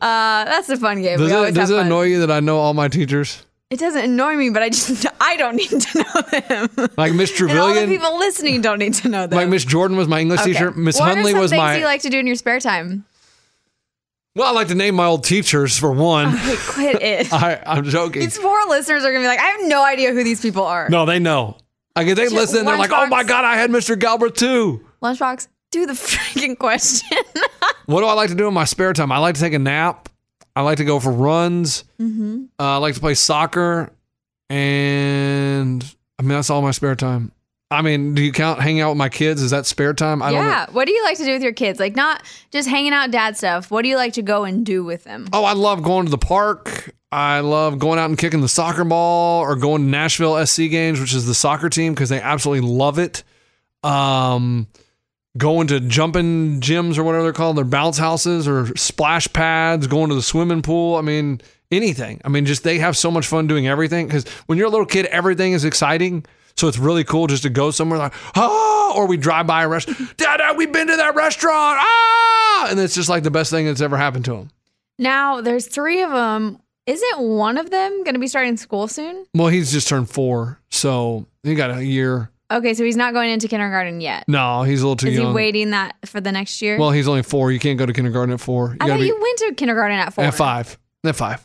Uh, that's a fun game. Does, we always it, does it have fun. annoy you that I know all my teachers? It doesn't annoy me, but I just I don't need to know them. Like Miss and all the Trevelyan, people listening don't need to know them. like Miss Jordan was my English Okay. teacher. Miss what are Hunley some was things my. you like to do in your spare time? well, I like to name my old teachers for one. Okay, quit it. I, I'm joking. These poor listeners are gonna be like, I have no idea who these people are. no, they know. Like if they Just listen, they're like, "Oh my lunchbox. god, I had Mr. Galbert too." Lunchbox, do the freaking question. What do I like to do in my spare time? I like to take a nap. I like to go for runs. Uh, I like to play soccer, and I mean that's all my spare time. I mean, do you count hanging out with my kids? Is that spare time? I don't. yeah. What do you like to do with your kids? Like not just hanging out dad stuff. What do you like to go and do with them? Oh, I love going to the park. I love going out and kicking the soccer ball or going to Nashville SC games, which is the soccer team, because they absolutely love it. Um, going to jumping gyms or whatever they're called, their bounce houses or splash pads, going to the swimming pool. I mean, anything. I mean, just they have so much fun doing everything because when you're a little kid, everything is exciting. So it's really cool just to go somewhere like, oh, or we drive by a restaurant. Dad, we've been to that restaurant. Ah, and it's just like the best thing that's ever happened to them. Now there's three of them. Isn't one of them gonna be starting school soon? Well, he's just turned four, so he got a year. Okay, so he's not going into kindergarten yet. No, he's a little too Is young. he waiting that for the next year? Well, he's only four. You can't go to kindergarten at four. You I gotta thought be you went to kindergarten at four. at five. At five.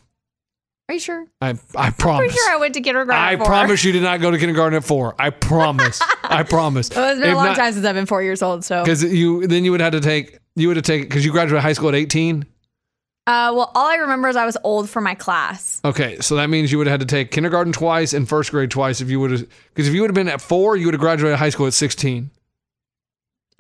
Are you sure? I I Pretty promise. sure I went to kindergarten. I at four. promise you did not go to kindergarten at four. I promise. I promise. Well, Oh, it's been a long time since I've been four years old. So, uh, Because you then you would have to take you would have taken because you graduated high school at eighteen. Uh, well, all I remember is I was old for my class. Okay, so that means you would have had to take kindergarten twice and first grade twice if you would have because if you would have been at four, you would have graduated high school at sixteen.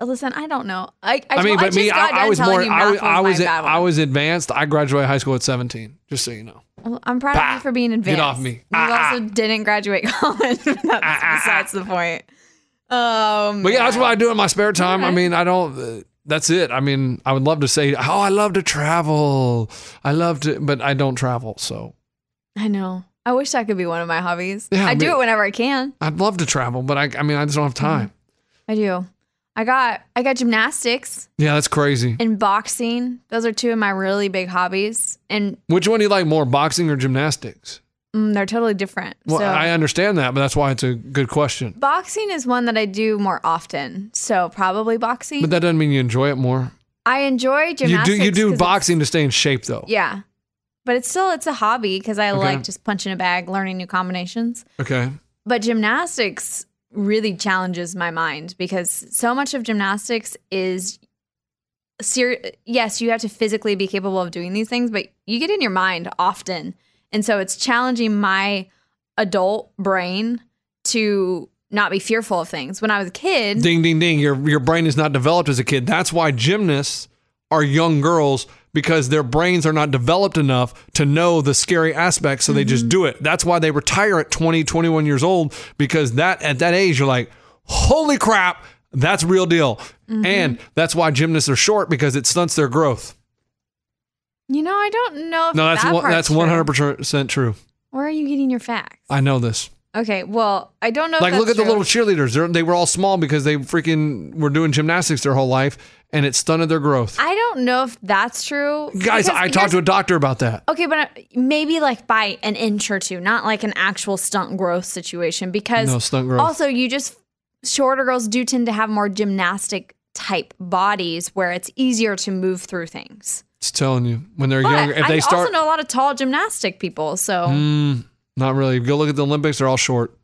Listen, I don't know. I, I, I, mean, I but just me, got I, I done was telling more. you I math was, I was, my bad one. I was advanced. I graduated high school at seventeen. Just so you know. Well, I'm proud of Bah. you for being advanced. Get off me. You Ah, also didn't graduate college. That's besides the point. Um, But yeah, that's what I do in my spare time. I Okay. mean, I don't. Uh, that's it. I mean, I would love to say, oh, I love to travel. I love to, but I don't travel. So I know. I wish that could be one of my hobbies. Yeah, I I do mean- it whenever I can. I'd love to travel, but I, I mean, I just don't have Mm-hmm. time. I do. I got I got gymnastics Yeah, that's crazy. and boxing. Those are two of my really big hobbies, and Which one do you like more, boxing or gymnastics? mm, they're totally different. Well, so. I uh, understand that, but that's why it's a good question. Boxing is one that I do more often, so probably boxing. But that doesn't mean you enjoy it more. I enjoy You do gymnastics. you 'cause do it's- boxing to stay in shape though. yeah, but it's still it's a hobby because I Okay. like just punching a bag, learning new combinations. Okay. But gymnastics really challenges my mind because so much of gymnastics is. Ser- yes, you have to physically be capable of doing these things, but you get in your mind often. And so it's challenging my adult brain to not be fearful of things. When I was a kid, Ding ding ding. Your your brain is not developed as a kid. That's why gymnasts are young girls because their brains are not developed enough to know the scary aspects so they just Mm-hmm. do it. That's why they retire at 20, 21 years old because that at that age you're like, "Holy crap, that's real deal." Mm-hmm. And that's why gymnasts are short because it stunts their growth. You know, I don't know if No, that's Oh, that one, part's that's true. 100% true. Where are you getting your facts? I know this. Okay, well, I don't know. if like Oh, that's look at the true. little cheerleaders. They're, they were all small because they freaking were doing gymnastics their whole life and it stunted their growth. I don't know if that's true, Guys, because I talked to a here's- doctor about that. Okay, but uh, maybe like by an inch or two, not like an actual stunt growth situation. Because No, stunt growth. Also, you just shorter girls do tend to have more gymnastic type bodies where it's easier to move through things. It's telling you when they're But younger. If I they start, Hmm. also know a lot of tall gymnastic people, so. not really. Go look at the Olympics; they're all short.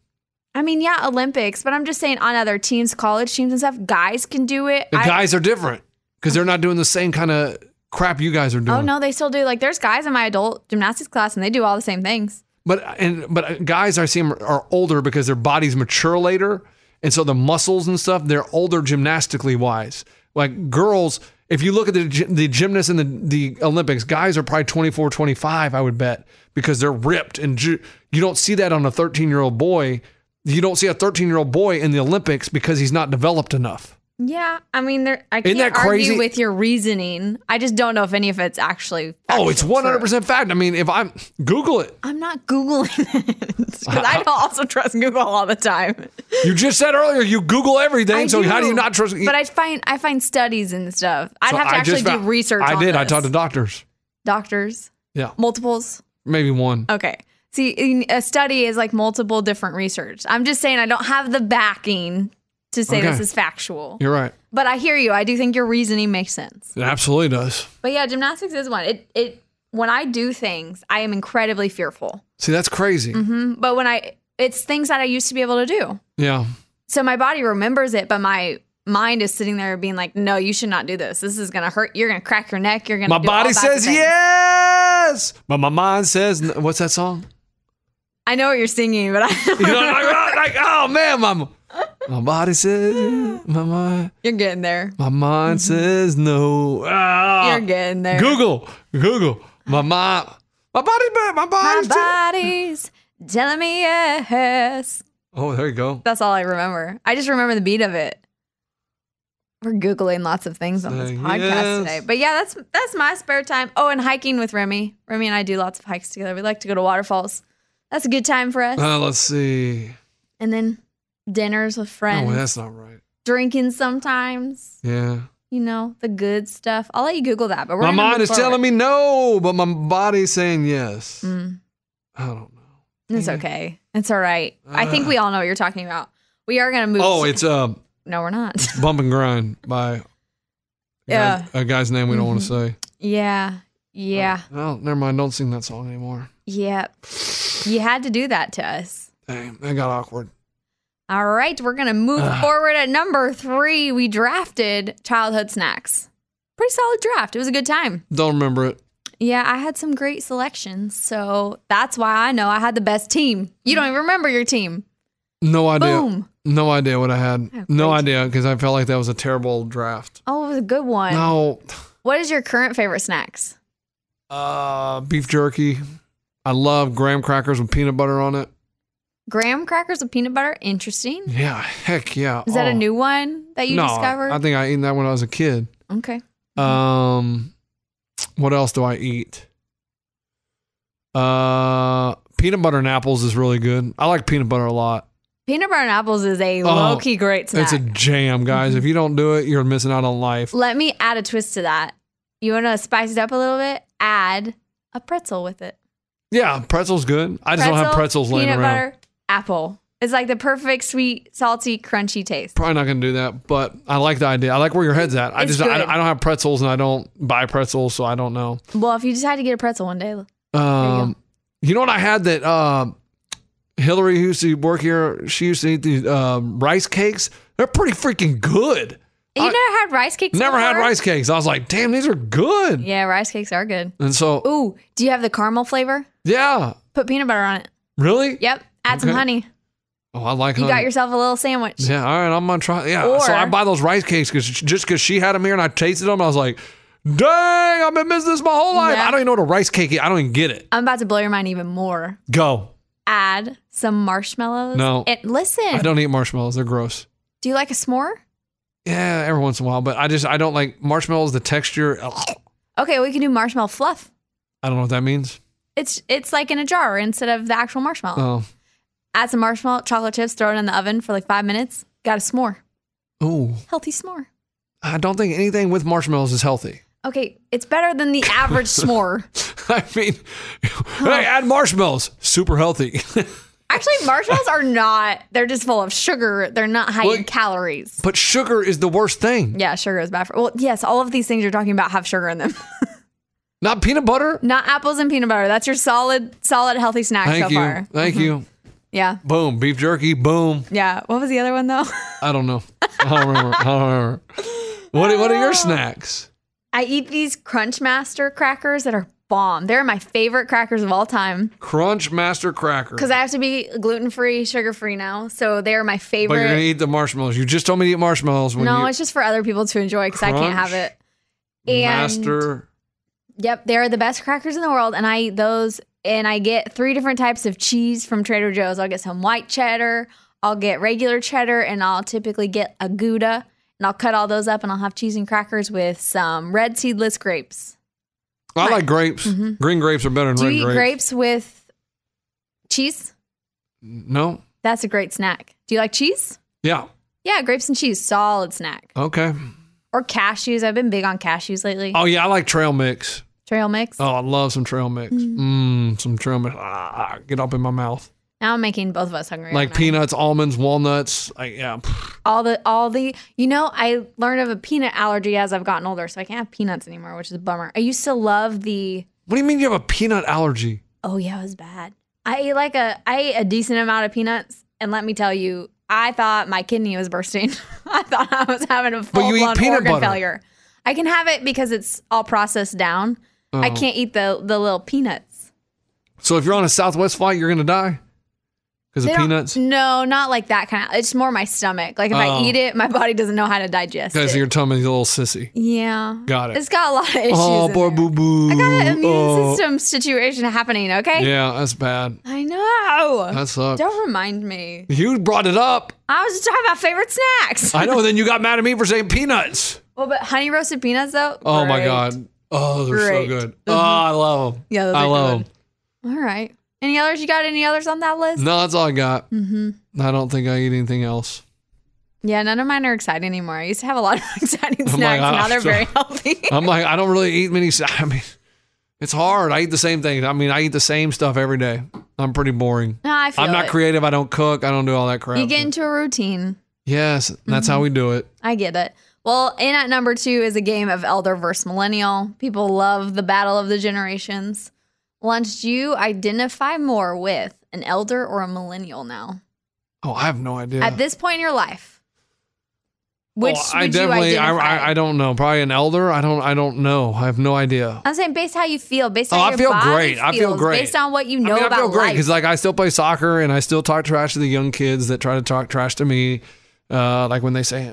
I mean, yeah, Olympics, but I'm just saying on other teams, college teams and stuff, guys can do it. The I- guys are different because they're not doing the same kind of crap you guys are doing. Oh no, they still do. Like there's guys in my adult gymnastics class and they do all the same things. But and but guys, I see 'em are older because their bodies mature later, and so the muscles and stuff they're older gymnastically wise. Like girls, if you look at the gy- the gymnasts in the the Olympics, guys are probably 24, 25, I would bet, because they're ripped and ju- you don't see that on a thirteen year old boy. You don't see a thirteen year old boy in the Olympics because he's not developed enough. Yeah, I mean, there. I Isn't can't that argue crazy? with your reasoning. I just don't know if any of it's actually. Oh, it's factual one hundred truth. percent fact. I mean, if I'm Google it, I'm not googling it because I don't also trust Google all the time. you just said earlier you Google everything. I so how do you not trust? But I find I find studies and stuff. I'd So have to I just actually do found- research. I on did. I this. talked to doctors. doctors, Yeah. multiples. Maybe one. Okay. See, in- a study is like multiple different research. I'm just saying I don't have the backing to say this Okay. is factual. You're right. But I hear you. I do think your reasoning makes sense. It absolutely does. But yeah, gymnastics is one. It it when I do things, I am incredibly fearful. See, that's crazy. Mm, But when I it's things that I used to be able to do. Yeah. So my body remembers it, but my mind is sitting there being like, "No, you should not do this. This is going to hurt. You're going to crack your neck. You're going to My body says yes, but my mind says n- what's that song? I know what you're singing, but I You know, like, like, oh man, my my body says yeah, my mind you're getting there. my mind says no. Ah. Mm-hmm. You're getting there. Google, Google, my mind, my body, my My body. body's telling me yes. oh, there you go. That's all I remember. I just remember the beat of it. We're googling lots of things on this Saying podcast yes. today, but yeah, that's that's my spare time. Oh, and hiking with Remy. Remy and I do lots of hikes together. We like to go to waterfalls. That's a good time for us. Uh, let's see. and then dinners with Oh, friends, that's not right. drinking sometimes. Yeah. You know the good stuff. I'll let you Google that. But we're My gonna mind move is telling forward. me no, but my body's saying yes. Mm. I don't know. it's okay. It's all right. I think Ugh. we all know what you're talking about. We are gonna move. Uh. Oh, to- it's um, no, we're not. Bump and Grind by a guy- Yeah. Mm-hmm. a guy's name we don't want to say. yeah, yeah, Well, never mind. Don't sing that song anymore. yeah. You had to do that to us. Dang, that got awkward. All right, we're gonna move forward at number three. We drafted childhood snacks. Pretty solid draft. It was a good time. Don't remember it. Yeah, I had some great selections, so that's why I know I had the best team. You don't even remember your team. No idea. Boom. No idea what I had. Oh, no great. idea because I felt like that was a terrible draft. Oh, it was a good one. No, What is your current favorite snacks? uh, beef jerky. I love graham crackers with peanut butter on it. Graham crackers with peanut butter. Interesting. Yeah, heck yeah. Is that a Oh. new one that you no, discovered? I think I eaten that when I was a kid. okay. Um, what else do I eat? Uh, peanut butter and apples is really good. I like peanut butter a lot. Peanut butter and apples is a low key great snack. Mm-hmm. Oh, It's a jam, guys. If you don't do it, you're missing out on life. Let me add a twist to that. You want to spice it up a little bit? Add a pretzel with it. Yeah, pretzels good. I just don't have pretzels laying peanut around. butter, apple. It's like the perfect sweet, salty, crunchy taste. Probably not gonna do that, but I like the idea. I like where your head's at. I It's just I, good. I don't have pretzels and I don't buy pretzels, so I don't know. Well, if you decide to get a pretzel one day, Um, you, know what I had that uh, Hillary who used to work here. She used to eat these uh, rice cakes. They're pretty freaking good. you I- never had rice cakes. Never had before? rice cakes. I was like, damn, these are good. Yeah, rice cakes are good. And so, Ooh, do you have the caramel flavor? yeah, Put peanut butter on it. really? Yep. Add some Okay. honey. Oh, I like. You honey. got yourself a little sandwich. Yeah, all right, I'm gonna try. Yeah, so Or- I buy those rice cakes because just because she had them here and I tasted them, I was like, dang, I've been missing this my whole life. Yeah. I don't even know what a rice cake is. I don't even get it. I'm about to blow your mind even more. Go. Add some marshmallows. No. And listen, I don't eat marshmallows. They're gross. do you like a s'more? Yeah, every once in a while, but I just I don't like marshmallows. The texture. ugh. Okay, we can do marshmallow fluff. I don't know what that means. It's it's like in a jar instead of the actual marshmallow. Oh, Add some marshmallow, chocolate chips, throw it in the oven for like five minutes. Got a s'more. ooh, Healthy s'more. I don't think anything with marshmallows is healthy. Okay, it's better than the average s'more. I mean, hey, add marshmallows, super healthy. Actually, marshmallows are not. They're just full of sugar. They're not high in Well- calories. but sugar is the worst thing. Yeah, sugar is bad for. Well, yes, all of these things you're talking about have sugar in them. Not peanut butter. not apples and peanut butter. That's your solid, solid healthy snack Thank so you. far. Mm-hmm. Thank you. Yeah, Boom. Beef jerky. Boom. yeah. What was the other one though? I don't know. I don't remember. I don't remember. What are, what are your snacks? I eat these Crunchmaster crackers that are bomb. They're my favorite crackers of all time Crunch Master Cracker. because I have to be gluten free, sugar free now. So they are my But you're gonna favorite. eat the marshmallows. You just told me to eat marshmallows when No, you it's just for other people to enjoy because I can't have Crunch. it. And master. Yep, they're the best crackers in the world, and I eat those. And I get three different types of cheese from Trader Joe's. I'll get some white cheddar, I'll get regular cheddar, and I'll typically get a Gouda. And I'll cut all those up, and I'll have cheese and crackers with some red seedless grapes. I like grapes. Green grapes are better than Mm-hmm. Do red you eat grapes. grapes with cheese? No. That's a great snack. Do you like cheese? Yeah. Yeah, grapes and cheese, solid snack. Okay. Or cashews. I've been big on cashews lately. Oh yeah, I like trail mix. Trail mix. Oh, I love some trail mix. Mmm, Mm-hmm. some trail mix. Ah, get up in my mouth. Now I'm making both of us hungry. like aren't I? peanuts, almonds, walnuts. I, yeah. all the all the you know i learned of a peanut allergy as i've gotten older so i can't have peanuts anymore which is a bummer i used to love the What do you mean you have a peanut allergy? oh yeah it was bad i ate like a i ate a decent amount of peanuts and let me tell you i thought my kidney was bursting i thought i was having a But full you eat blown peanut organ butter. failure i can have it because it's all processed down Oh. i can't eat the the little peanuts So if you're on a Southwest flight, you're gonna die because of They don't- peanuts. no not like that kind of it's more my stomach like if i Oh. eat it my body doesn't know how to digest Because it your tummy's a little sissy. yeah Got it. It's got a lot of issues. oh, in poor there. boo boo. I got an immune Oh. system situation happening, okay? Yeah, that's bad. I know. That sucks. Don't remind me. You brought it up. I was just talking about favorite snacks. I know. then you got mad at me for saying peanuts. well, but honey roasted peanuts, though. Oh my great. god. Oh, they're Great. so good. Oh, I love them. Mm-hmm. Yeah, those I are love good. All right. Any others? You got any others on that list? 'em. No, that's all I got. Mm-hmm. I don't think I eat anything else. Yeah, none of mine are exciting anymore. I used to have a lot of exciting Oh my snacks. now gosh. they're very healthy. I'm like, I don't really eat many. s- I mean, it's hard. I eat the same things. I mean, I eat the same stuff every day. I'm pretty boring. no, I feel I'm not it. creative. I don't cook. I don't do all that crap. You get into Mm-hmm. a routine. yes, that's how we do it. I get it. Well, in at number two is a game of Elder versus Millennial. People love the battle of the generations. Lunch, do you identify more with an elder or a millennial now? Oh, I have no idea. At this point in your life, which Oh, would I definitely, you identify? I, I, I don't know. Probably an elder. I don't. I don't know. I have no idea. am saying based how you feel, based on Oh, I your feel body great. I feel feels, great. based on what you know I mean, about I feel great life. because like I still play soccer and I still talk trash to the young kids that try to talk trash to me. Uh, like when they say,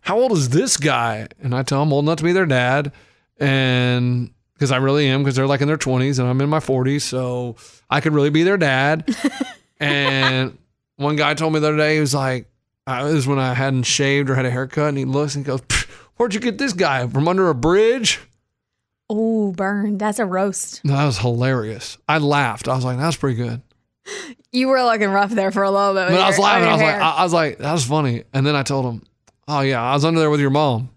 "How old is this guy?" and I tell them old enough to be their dad, and because I really am, because they're like in their twenties and I'm in my forties, so I could really be their dad. and one guy told me the other day, he was like, I, "This is when I hadn't shaved or had a haircut," and he looks and he goes, "Pfft, "Where'd you get this guy from under a bridge?" oh, burn! That's a roast. No, that was hilarious. I laughed. I was like, "That was pretty good." You were looking rough there for a little bit. with But I was your- laughing. with I was your like, I, hair. I was like, that was funny. And then I told him, oh yeah, I was under there with your mom.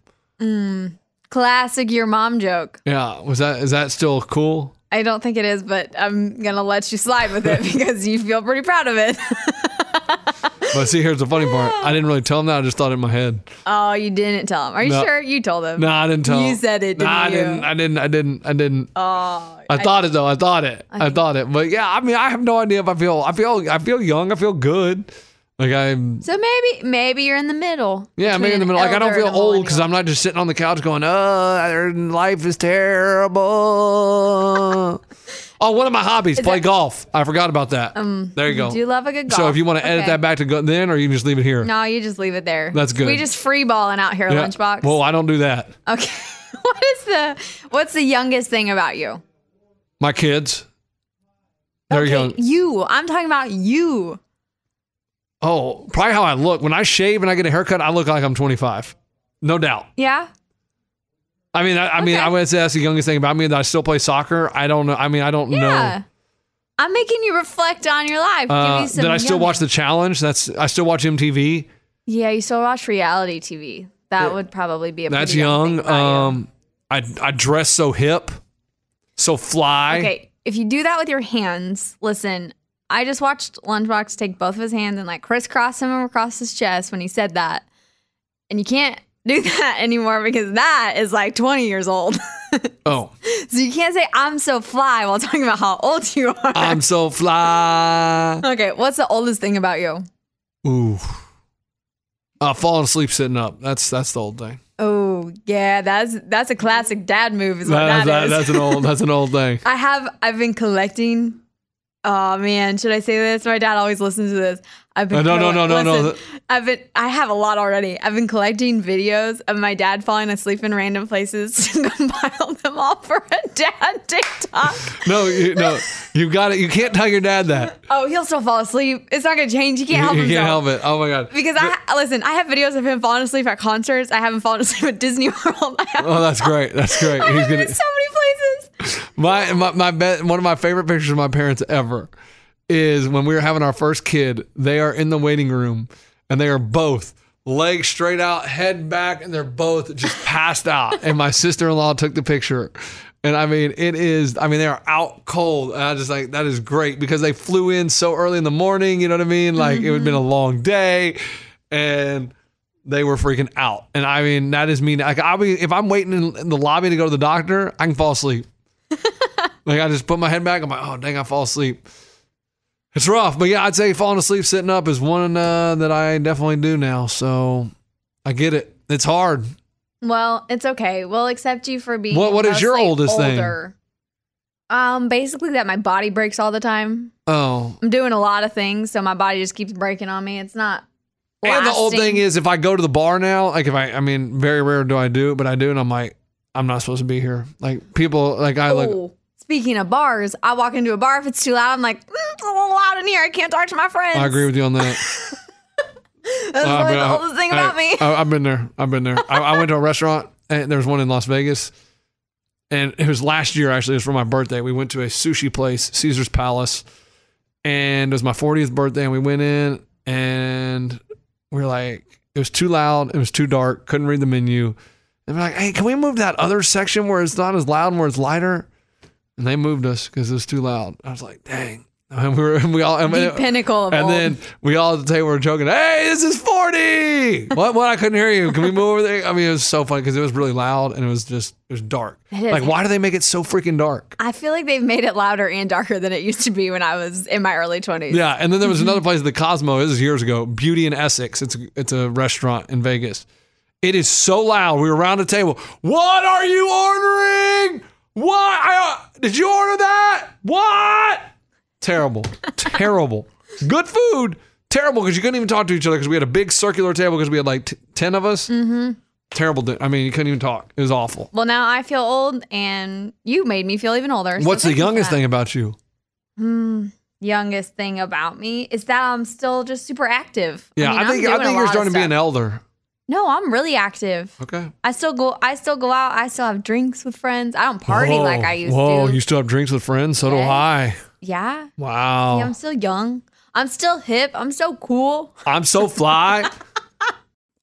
classic your mom joke. Yeah, was that is that still cool? I don't think it is, but I'm gonna let you slide with it because you feel pretty proud of it. But see, here's the funny part. I didn't really tell him that. I just thought it in my head. oh, you didn't tell him. Are you No. sure you told him? No, I didn't tell. You him. said it, Nah, I didn't you? didn't. I didn't. I didn't. I didn't. Oh, I thought it though. I thought it. I, thought it. But yeah, I mean, I have no idea if I feel. I feel. I feel young. I feel good. Like I'm. So maybe maybe you're in the middle. Yeah, I'm between in an the middle. Like I don't elder feel and a old because millennial. I'm not just sitting on the couch going, "Oh, life is terrible." oh, one of my hobbies, play golf. I forgot about that. there you go. Do Um, you love a good golf? So if you want to edit Okay. that back to go then, or you can just leave it here. No, you just leave it there. That's good. We just free balling out here, Yeah. lunchbox. Well, I don't do that. okay. what is the what's the youngest thing about you? My kids. They're Okay, young. You. I'm talking about you. Oh, probably how I look. When I shave and I get a haircut, I look like I'm 25. No doubt. Yeah. I mean, I, I mean, Okay. I would say that's the youngest thing about me that I still play soccer. I don't know. I mean, I don't know. Yeah. I'm making you reflect on your life. Give Uh, you some that I still young- watch the challenge. That's I still watch MTV. Yeah, you still watch reality TV. That would probably be a That's pretty young. thing about you. Um, I I dress so hip, so fly. Okay, if you do that with your hands, listen. I just watched Lunchbox take both of his hands and like crisscross him across his chest when he said that, and you can't do that anymore because that is like 20 years old. Oh, so you can't say I'm so fly while talking about how old you are. I'm so fly. okay, what's the oldest thing about you? Ooh, uh, falling asleep sitting up. That's that's the old thing. Oh yeah, that's that's a classic dad move. Is what that That- that- is. that's an old that's an old thing. I have I've been collecting. Oh man, should I say this? My dad always listens to this. I've been Uh, no, no, colle- no, no, no. listen, I've been I have a lot already. I've been collecting videos of my dad falling asleep in random places to compile them all for a dad TikTok. No, you, no, you got it. You can't tell your dad that. oh, he'll still fall asleep. It's not gonna change. He can't help you himself. can't help it. Oh my god. Because I ha- listen, I have videos of him falling asleep at concerts. I haven't fallen asleep at Disney World. I have, Oh, that's great. That's great. I He's have been gonna. in so many places. My my my be- one of my favorite pictures of my parents ever is when we were having our first kid. They are in the waiting room, and they are both legs straight out, head back, and they're both just passed out. And my sister in law took the picture, And I mean, it is, I mean, they are out cold. And I just like, that is great because they flew in so early in the morning. You know what I mean? Like, it would have been a long day. And they were freaking out. And I mean, that is me. Like, I'll be, if I'm waiting in, in the lobby to go to the doctor, I can fall asleep. like, I just put my head back. I'm like, oh, dang, I fall asleep. It's rough. But yeah, I'd say falling asleep sitting up is one uh, that I definitely do now. So I get it. It's hard. Well, it's okay. We'll accept you for being. What- what is your mostly oldest thing? older. Um, basically that my body breaks all the time. Oh. I'm doing a lot of things, so my body just keeps breaking on me. It's not. And the old thing lasting. is, if I go to the bar now, like if I, I mean, very rare do I do it, but I do, and I'm like, I'm not supposed to be here. Like people, like I look. Ooh. Speaking of bars, I walk into a bar if it's too loud. I'm like, mm, it's a little loud in here. I can't talk to my friends. I agree with you on that. That's Uh, probably but the I- oldest thing about I, me. I, have been there. I've been there. I, I went to a restaurant, and there was one in Las Vegas, and it was last year actually. It was for my birthday. We went to a sushi place, Caesar's Palace, and it was my 40th birthday. And we went in, and we were like, it was too loud. It was too dark. Couldn't read the menu. And we're like, hey, can we move that other section where it's not as loud and where it's lighter? And they moved us because it was too loud. I was like, dang. And we were, and we all, and the it- pinnacle of and old. then we all at the table were joking, hey, this is 40. what? What? I couldn't hear you. Can we move over there? I mean, it was so funny because it was really loud and it was just, it was dark. is. Like, why do they make it so freaking dark? I feel like they've made it louder and darker than it used to be when I was in my early 20s. Yeah. And then there Mm-hmm. was another place, the Cosmo, this is years ago, Beauty in Essex. It's, it's a restaurant in Vegas. It is so loud. We were around the table. What are you ordering? What? I, uh, did you order that? What? Terrible. terrible. Good food. Terrible because you couldn't even talk to each other because we had a big circular table because we had like t- 10 of us. Mm-hmm. Terrible. di- I mean, you couldn't even talk. It was awful. Well, now I feel old, and you made me feel even older. so What's the thank you for youngest that. thing about you? Youngest thing about me is that I'm still just super active. Yeah, I, mean, I'm think I doing a think you're lot of starting to be an stuff. elder. No, I'm really active. Okay. I still go. I still go out. I still have drinks with friends. I don't party like I used whoa, to. you still have drinks with friends? So do Yes. I. yeah. Wow. yeah, I'm still young. I'm still hip. I'm so cool. I'm so fly.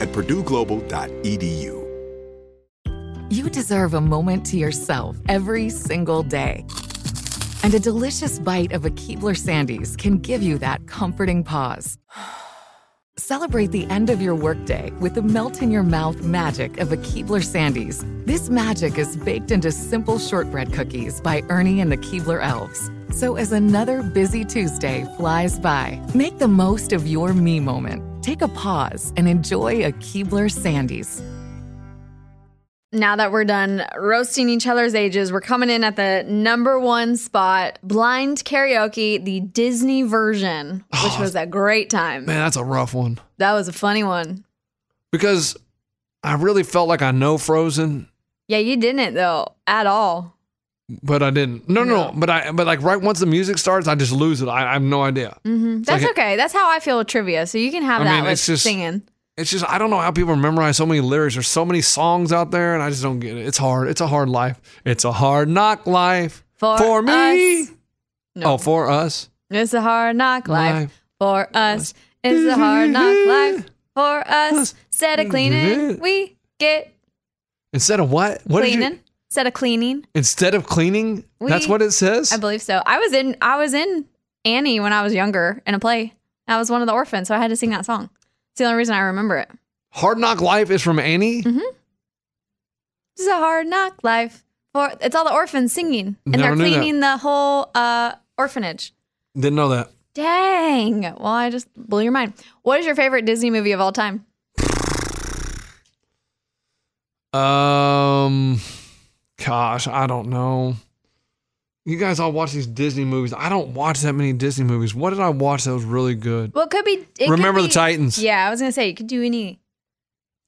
at purdueglobal.edu. You deserve a moment to yourself every single day. And a delicious bite of a Keebler Sandies can give you that comforting pause. Celebrate the end of your workday with the melt in your mouth magic of a Keebler Sandies. This magic is baked into simple shortbread cookies by Ernie and the Keebler Elves. So as another busy Tuesday flies by, make the most of your me moment. Take a pause and enjoy a Keebler Sandies. now that we're done roasting each other's ages, we're coming in at the number one spot Blind Karaoke, the Disney version, which was a great time. Oh, Man, that's a rough one. That was a funny one. Because I really felt like I know Frozen, Yeah, you didn't, though, at all. but I didn't. No, no, No. no. But I but like right once the music starts, I just lose it. I, I have no idea. Mm. That's like a- okay. That's how I feel with trivia. So you can have I that mean, with it's just- singing. It's just I don't know how people memorize so many lyrics. There's so many songs out there, and I just don't get it. It's hard. It's a hard life. It's a hard knock life For me. us. Oh, for us. It's a hard knock life Life. for us. It's a hard knock life for us. Instead Mm-hmm. of cleaning, we get Instead of what? What did you- cleaning. Instead of cleaning, instead of cleaning, that's We- what it says. I believe so. I was in I was in Annie when I was younger in a play. I was one of the orphans, so I had to sing that song. It's the only reason I remember it. Hard Knock Life is from Annie. Mm-hmm. This is a hard knock life for it's all the orphans singing and they're Never knew that. cleaning the whole uh, orphanage. Didn't know that. Dang. Well, I just blew your mind. What is your favorite Disney movie of all time? Um, gosh, I don't know. You guys all watch these Disney movies. I don't watch that many Disney movies. What did I watch that was really good? Well, it could be. It could Remember the be- Titans. Yeah, I was gonna say you could do any.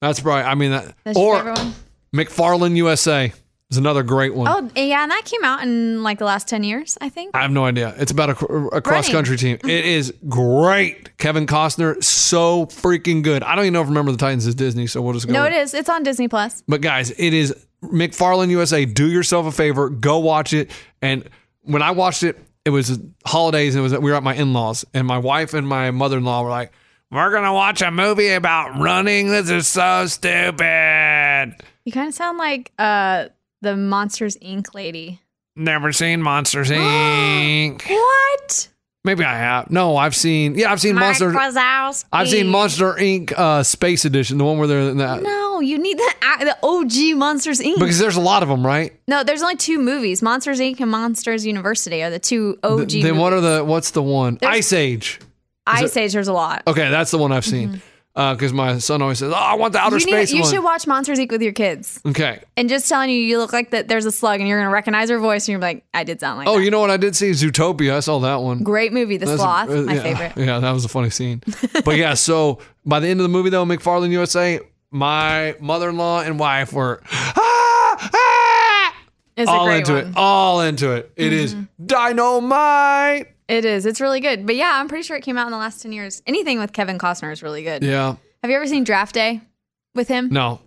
That's probably. I mean, that That's your or favorite one. McFarlane USA is another great one. Oh, yeah, and that came out in like the last ten years, I think. Um, I have no idea. It's about a, cross country team. It is great. Kevin Costner, so freaking good. I don't even know if Remember the Titans is Disney, so we'll just go. no, with- it is. It's on Disney Plus. But guys, it is McFarlane USA. Do yourself a favor, go watch it. And when I watched it, it was holidays. And it was we were at my in laws, and my wife and my mother in law were like, "We're gonna watch a movie about running. This is so stupid. You kind of sound like uh the Monsters Inc. lady. Never seen Monsters Inc. What? Maybe I have. No, I've seen. Yeah, I've seen Monsters. Wazowski. I've seen Monster Inc. Uh, Space Edition, the one where they're in that. No, you need the the OG Monsters Inc. Because there's a lot of them, right? no, there's only two movies: Monsters Inc. and Monsters University are the two OG. Th- then what are the? What's the one? There's- Ice Age. Ice Age? There's a lot. Okay, that's the one I've seen. Because my son always says, "Oh, I want the outer Mm-hmm. You, need, space you one." should watch Monsters Inc. with your kids. okay. And just telling you, you look like that. There's a slug, and you're gonna recognize her voice, and you're like, I did sound like. Oh, that. you know what? I did see Zootopia. I saw that one. great movie, The That's- Sloth, uh, my yeah. favorite. Yeah, that was a funny scene. but yeah, so by the end of the movie, though, McFarlane USA, my mother-in-law and wife were ah, ah, It's all a great into one. Mm-hmm. it, all into it. It is dynamite. It is. It's really good. But yeah, I'm pretty sure it came out in the last ten years. Anything with Kevin Costner is really good. Yeah. Have you ever seen Draft Day with him? No,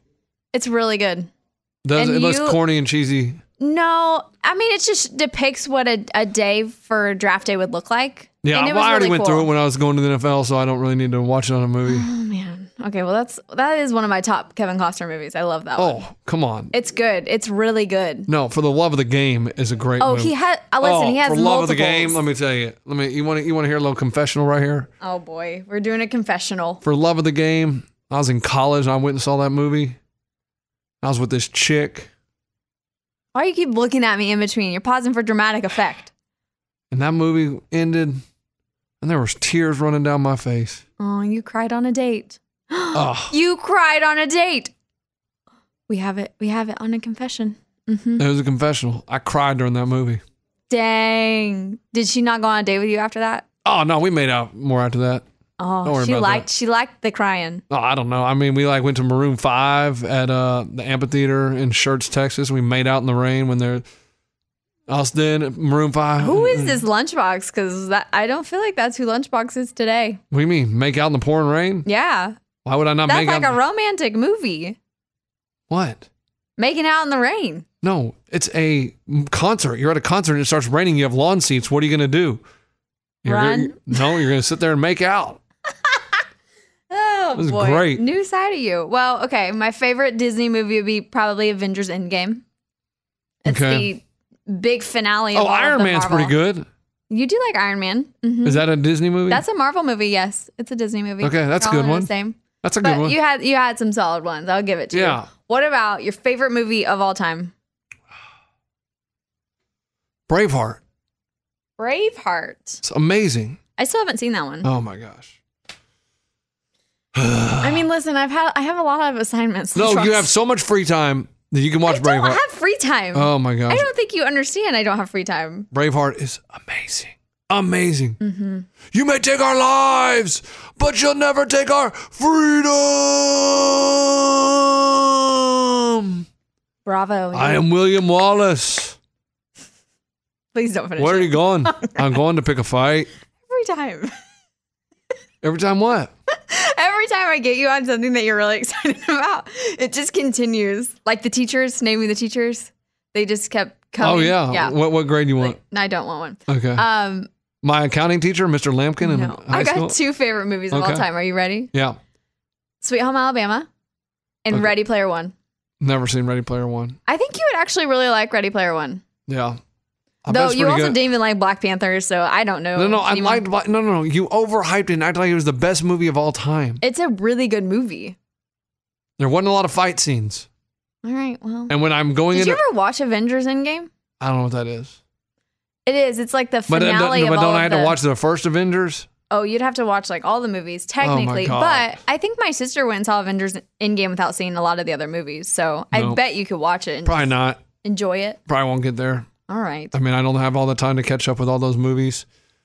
It's really good. does And it looks you- corny and cheesy. No, I mean it just depicts what a, a day for draft day would look like. Yeah, and it well, was I already really went cool. through it when I was going to the NFL, so I don't really need to watch it on a movie. Oh man. Okay, well that's that is one of my top Kevin Costner movies. I love that one. oh, come on. It's good. It's really good. No, for the love of the game is a great. Oh, movie. he had. Uh, listen, Oh, he has for love multiples. of the game. Let me tell you. Let me. You want to. You want to hear a little confessional right here? oh boy, we're doing a confessional. For love of the game, I was in college. and I went and saw that movie. I was with this chick, Why you keep looking at me in between? You're pausing for dramatic effect. and that movie ended, and there was tears running down my face. Oh, you cried on a date. Oh, You cried on a date. We have it. We have it on a confession. hmm it was a confessional. I cried during that movie. Dang. Did she not go on a date with you after that? Oh no, we made out more after that. Don't Oh, worry she about liked that. she liked the crying. Oh, I don't know. I mean, we like went to Maroon Five at uh the amphitheater in Shirts, Texas. We made out in the rain when they're. Us then Maroon Five. Who is this lunchbox? Because that I don't feel like that's who lunchbox is today. What do you mean? Make out in the pouring rain? Yeah, Why would I not that's make like out? a romantic movie, what? making out in the rain. No, it's a concert. You're at a concert and it starts raining. You have lawn seats. What are you going to do? You're gonna- Run? no, you're going to sit there and make out. Oh This is boy, great. new side of you. Well, okay, my favorite Disney movie would be probably Avengers Endgame. It's Okay. the big finale. Of oh, all of Iron the Man's Marvel. pretty good. Oh, You do like Iron Man. Mhm. Is that a Disney movie? That's a Marvel movie. Yes, it's a Disney movie. Okay, that's a They're all good in one. The same. That's a good But one. you had you had some solid ones. I'll give it to you. Yeah. What about your favorite movie of all time? Braveheart. Braveheart. It's amazing. I still haven't seen that one. Oh, my gosh. I mean, listen, I've had I have a lot of assignments. No, you Trust. have so much free time that you can watch I don't Braveheart. have free time. oh, my gosh. I don't think you understand. I don't have free time. Braveheart is amazing. Amazing. Mm-hmm. You may take our lives, but you'll never take our Oh, freedom. Bravo. I am William Wallace. Please don't finish. Where are it. you going? I'm going to pick a fight. Every time, Every time what? every time I get you on something that you're really excited about, it just continues. Like the teachers, naming the teachers, they just kept Oh Coming. yeah. What what grade you want? I don't want one. Okay. Um, My accounting teacher, Mr. Lampkin, in no. high I got school. two favorite movies of all Okay. time. Are you ready? Yeah. Sweet Home Alabama and Okay. Ready Player One. Never seen Ready Player One. I think you would actually really like Ready Player One. Yeah. I bet Though it's you pretty also good. didn't even like Black Panther, so I don't know. No, no, I anymore. liked. Black- No, no, no. You overhyped it and acted like it was the best movie of all time. It's a really good movie. There wasn't a lot of fight scenes. All right, well. And when I'm going Did in, you ever watch Avengers Endgame? I don't know what that is. It is. It's like the But, uh, finale don't, of but all don't I of have the, to watch the first Avengers? Oh, you'd have to watch like all the movies technically. Oh God. but I think my sister went and saw Avengers Endgame without seeing a lot of the other movies, so I No. bet you could watch it and Probably not. enjoy it. Probably won't get there. All right. I mean, I don't have all the time to catch up with all those movies.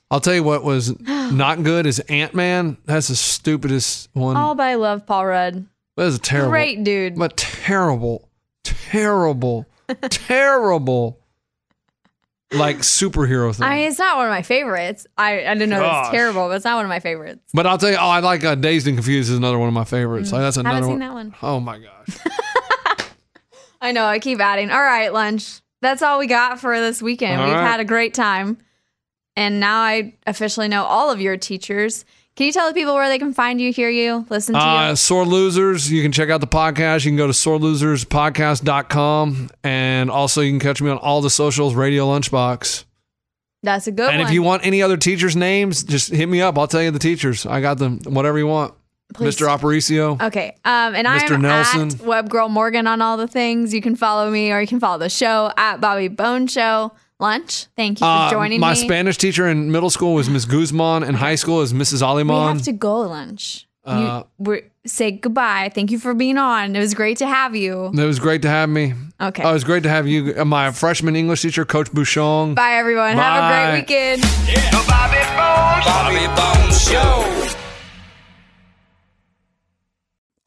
I'll tell you what was not good is Ant Man. That's the stupidest one. All but I love Paul Rudd. that is a terrible. Great dude. But terrible, terrible, terrible, like superhero thing. I mean, it's not one of my favorites. I, I didn't know that's Gosh. terrible, but it's not one of my favorites. but I'll tell you, oh, I like uh, Dazed and Confused is another one of my favorites. Like, that's another Mm. Haven't one. seen that one. Oh my gosh. I know. I keep adding. All right, lunch. That's all we got for this weekend. All We've right. had a great time. And now I officially know all of your teachers. Can you tell the people where they can find you, hear you, listen to Uh, you? Sore Losers, you can check out the podcast. You can go to soreleserspodcast.com. And also, you can catch me on all the socials, Radio Lunchbox. That's a good and one. if you want any other teachers' names, just hit me up. I'll tell you the teachers. I got them. Whatever you want. Please. Mr. Aparicio. Okay. Um, and Mr. I'm Nelson. at WebGirl Morgan on all the things. You can follow me or you can follow the show at Bobby Bone Show. Lunch. Thank you for Uh, joining my me. Spanish teacher in middle school was Miss Guzman, and high school is Mrs. we have Aliman. to go lunch. Uh, you, we're, say goodbye. Thank you for being on. It was great to have you. it was great to have me. Okay. Oh, it was great to have you. uh, My freshman English teacher, Coach Bouchon. Bye, everyone. Have a Bye. great weekend. Bobby Bones Show.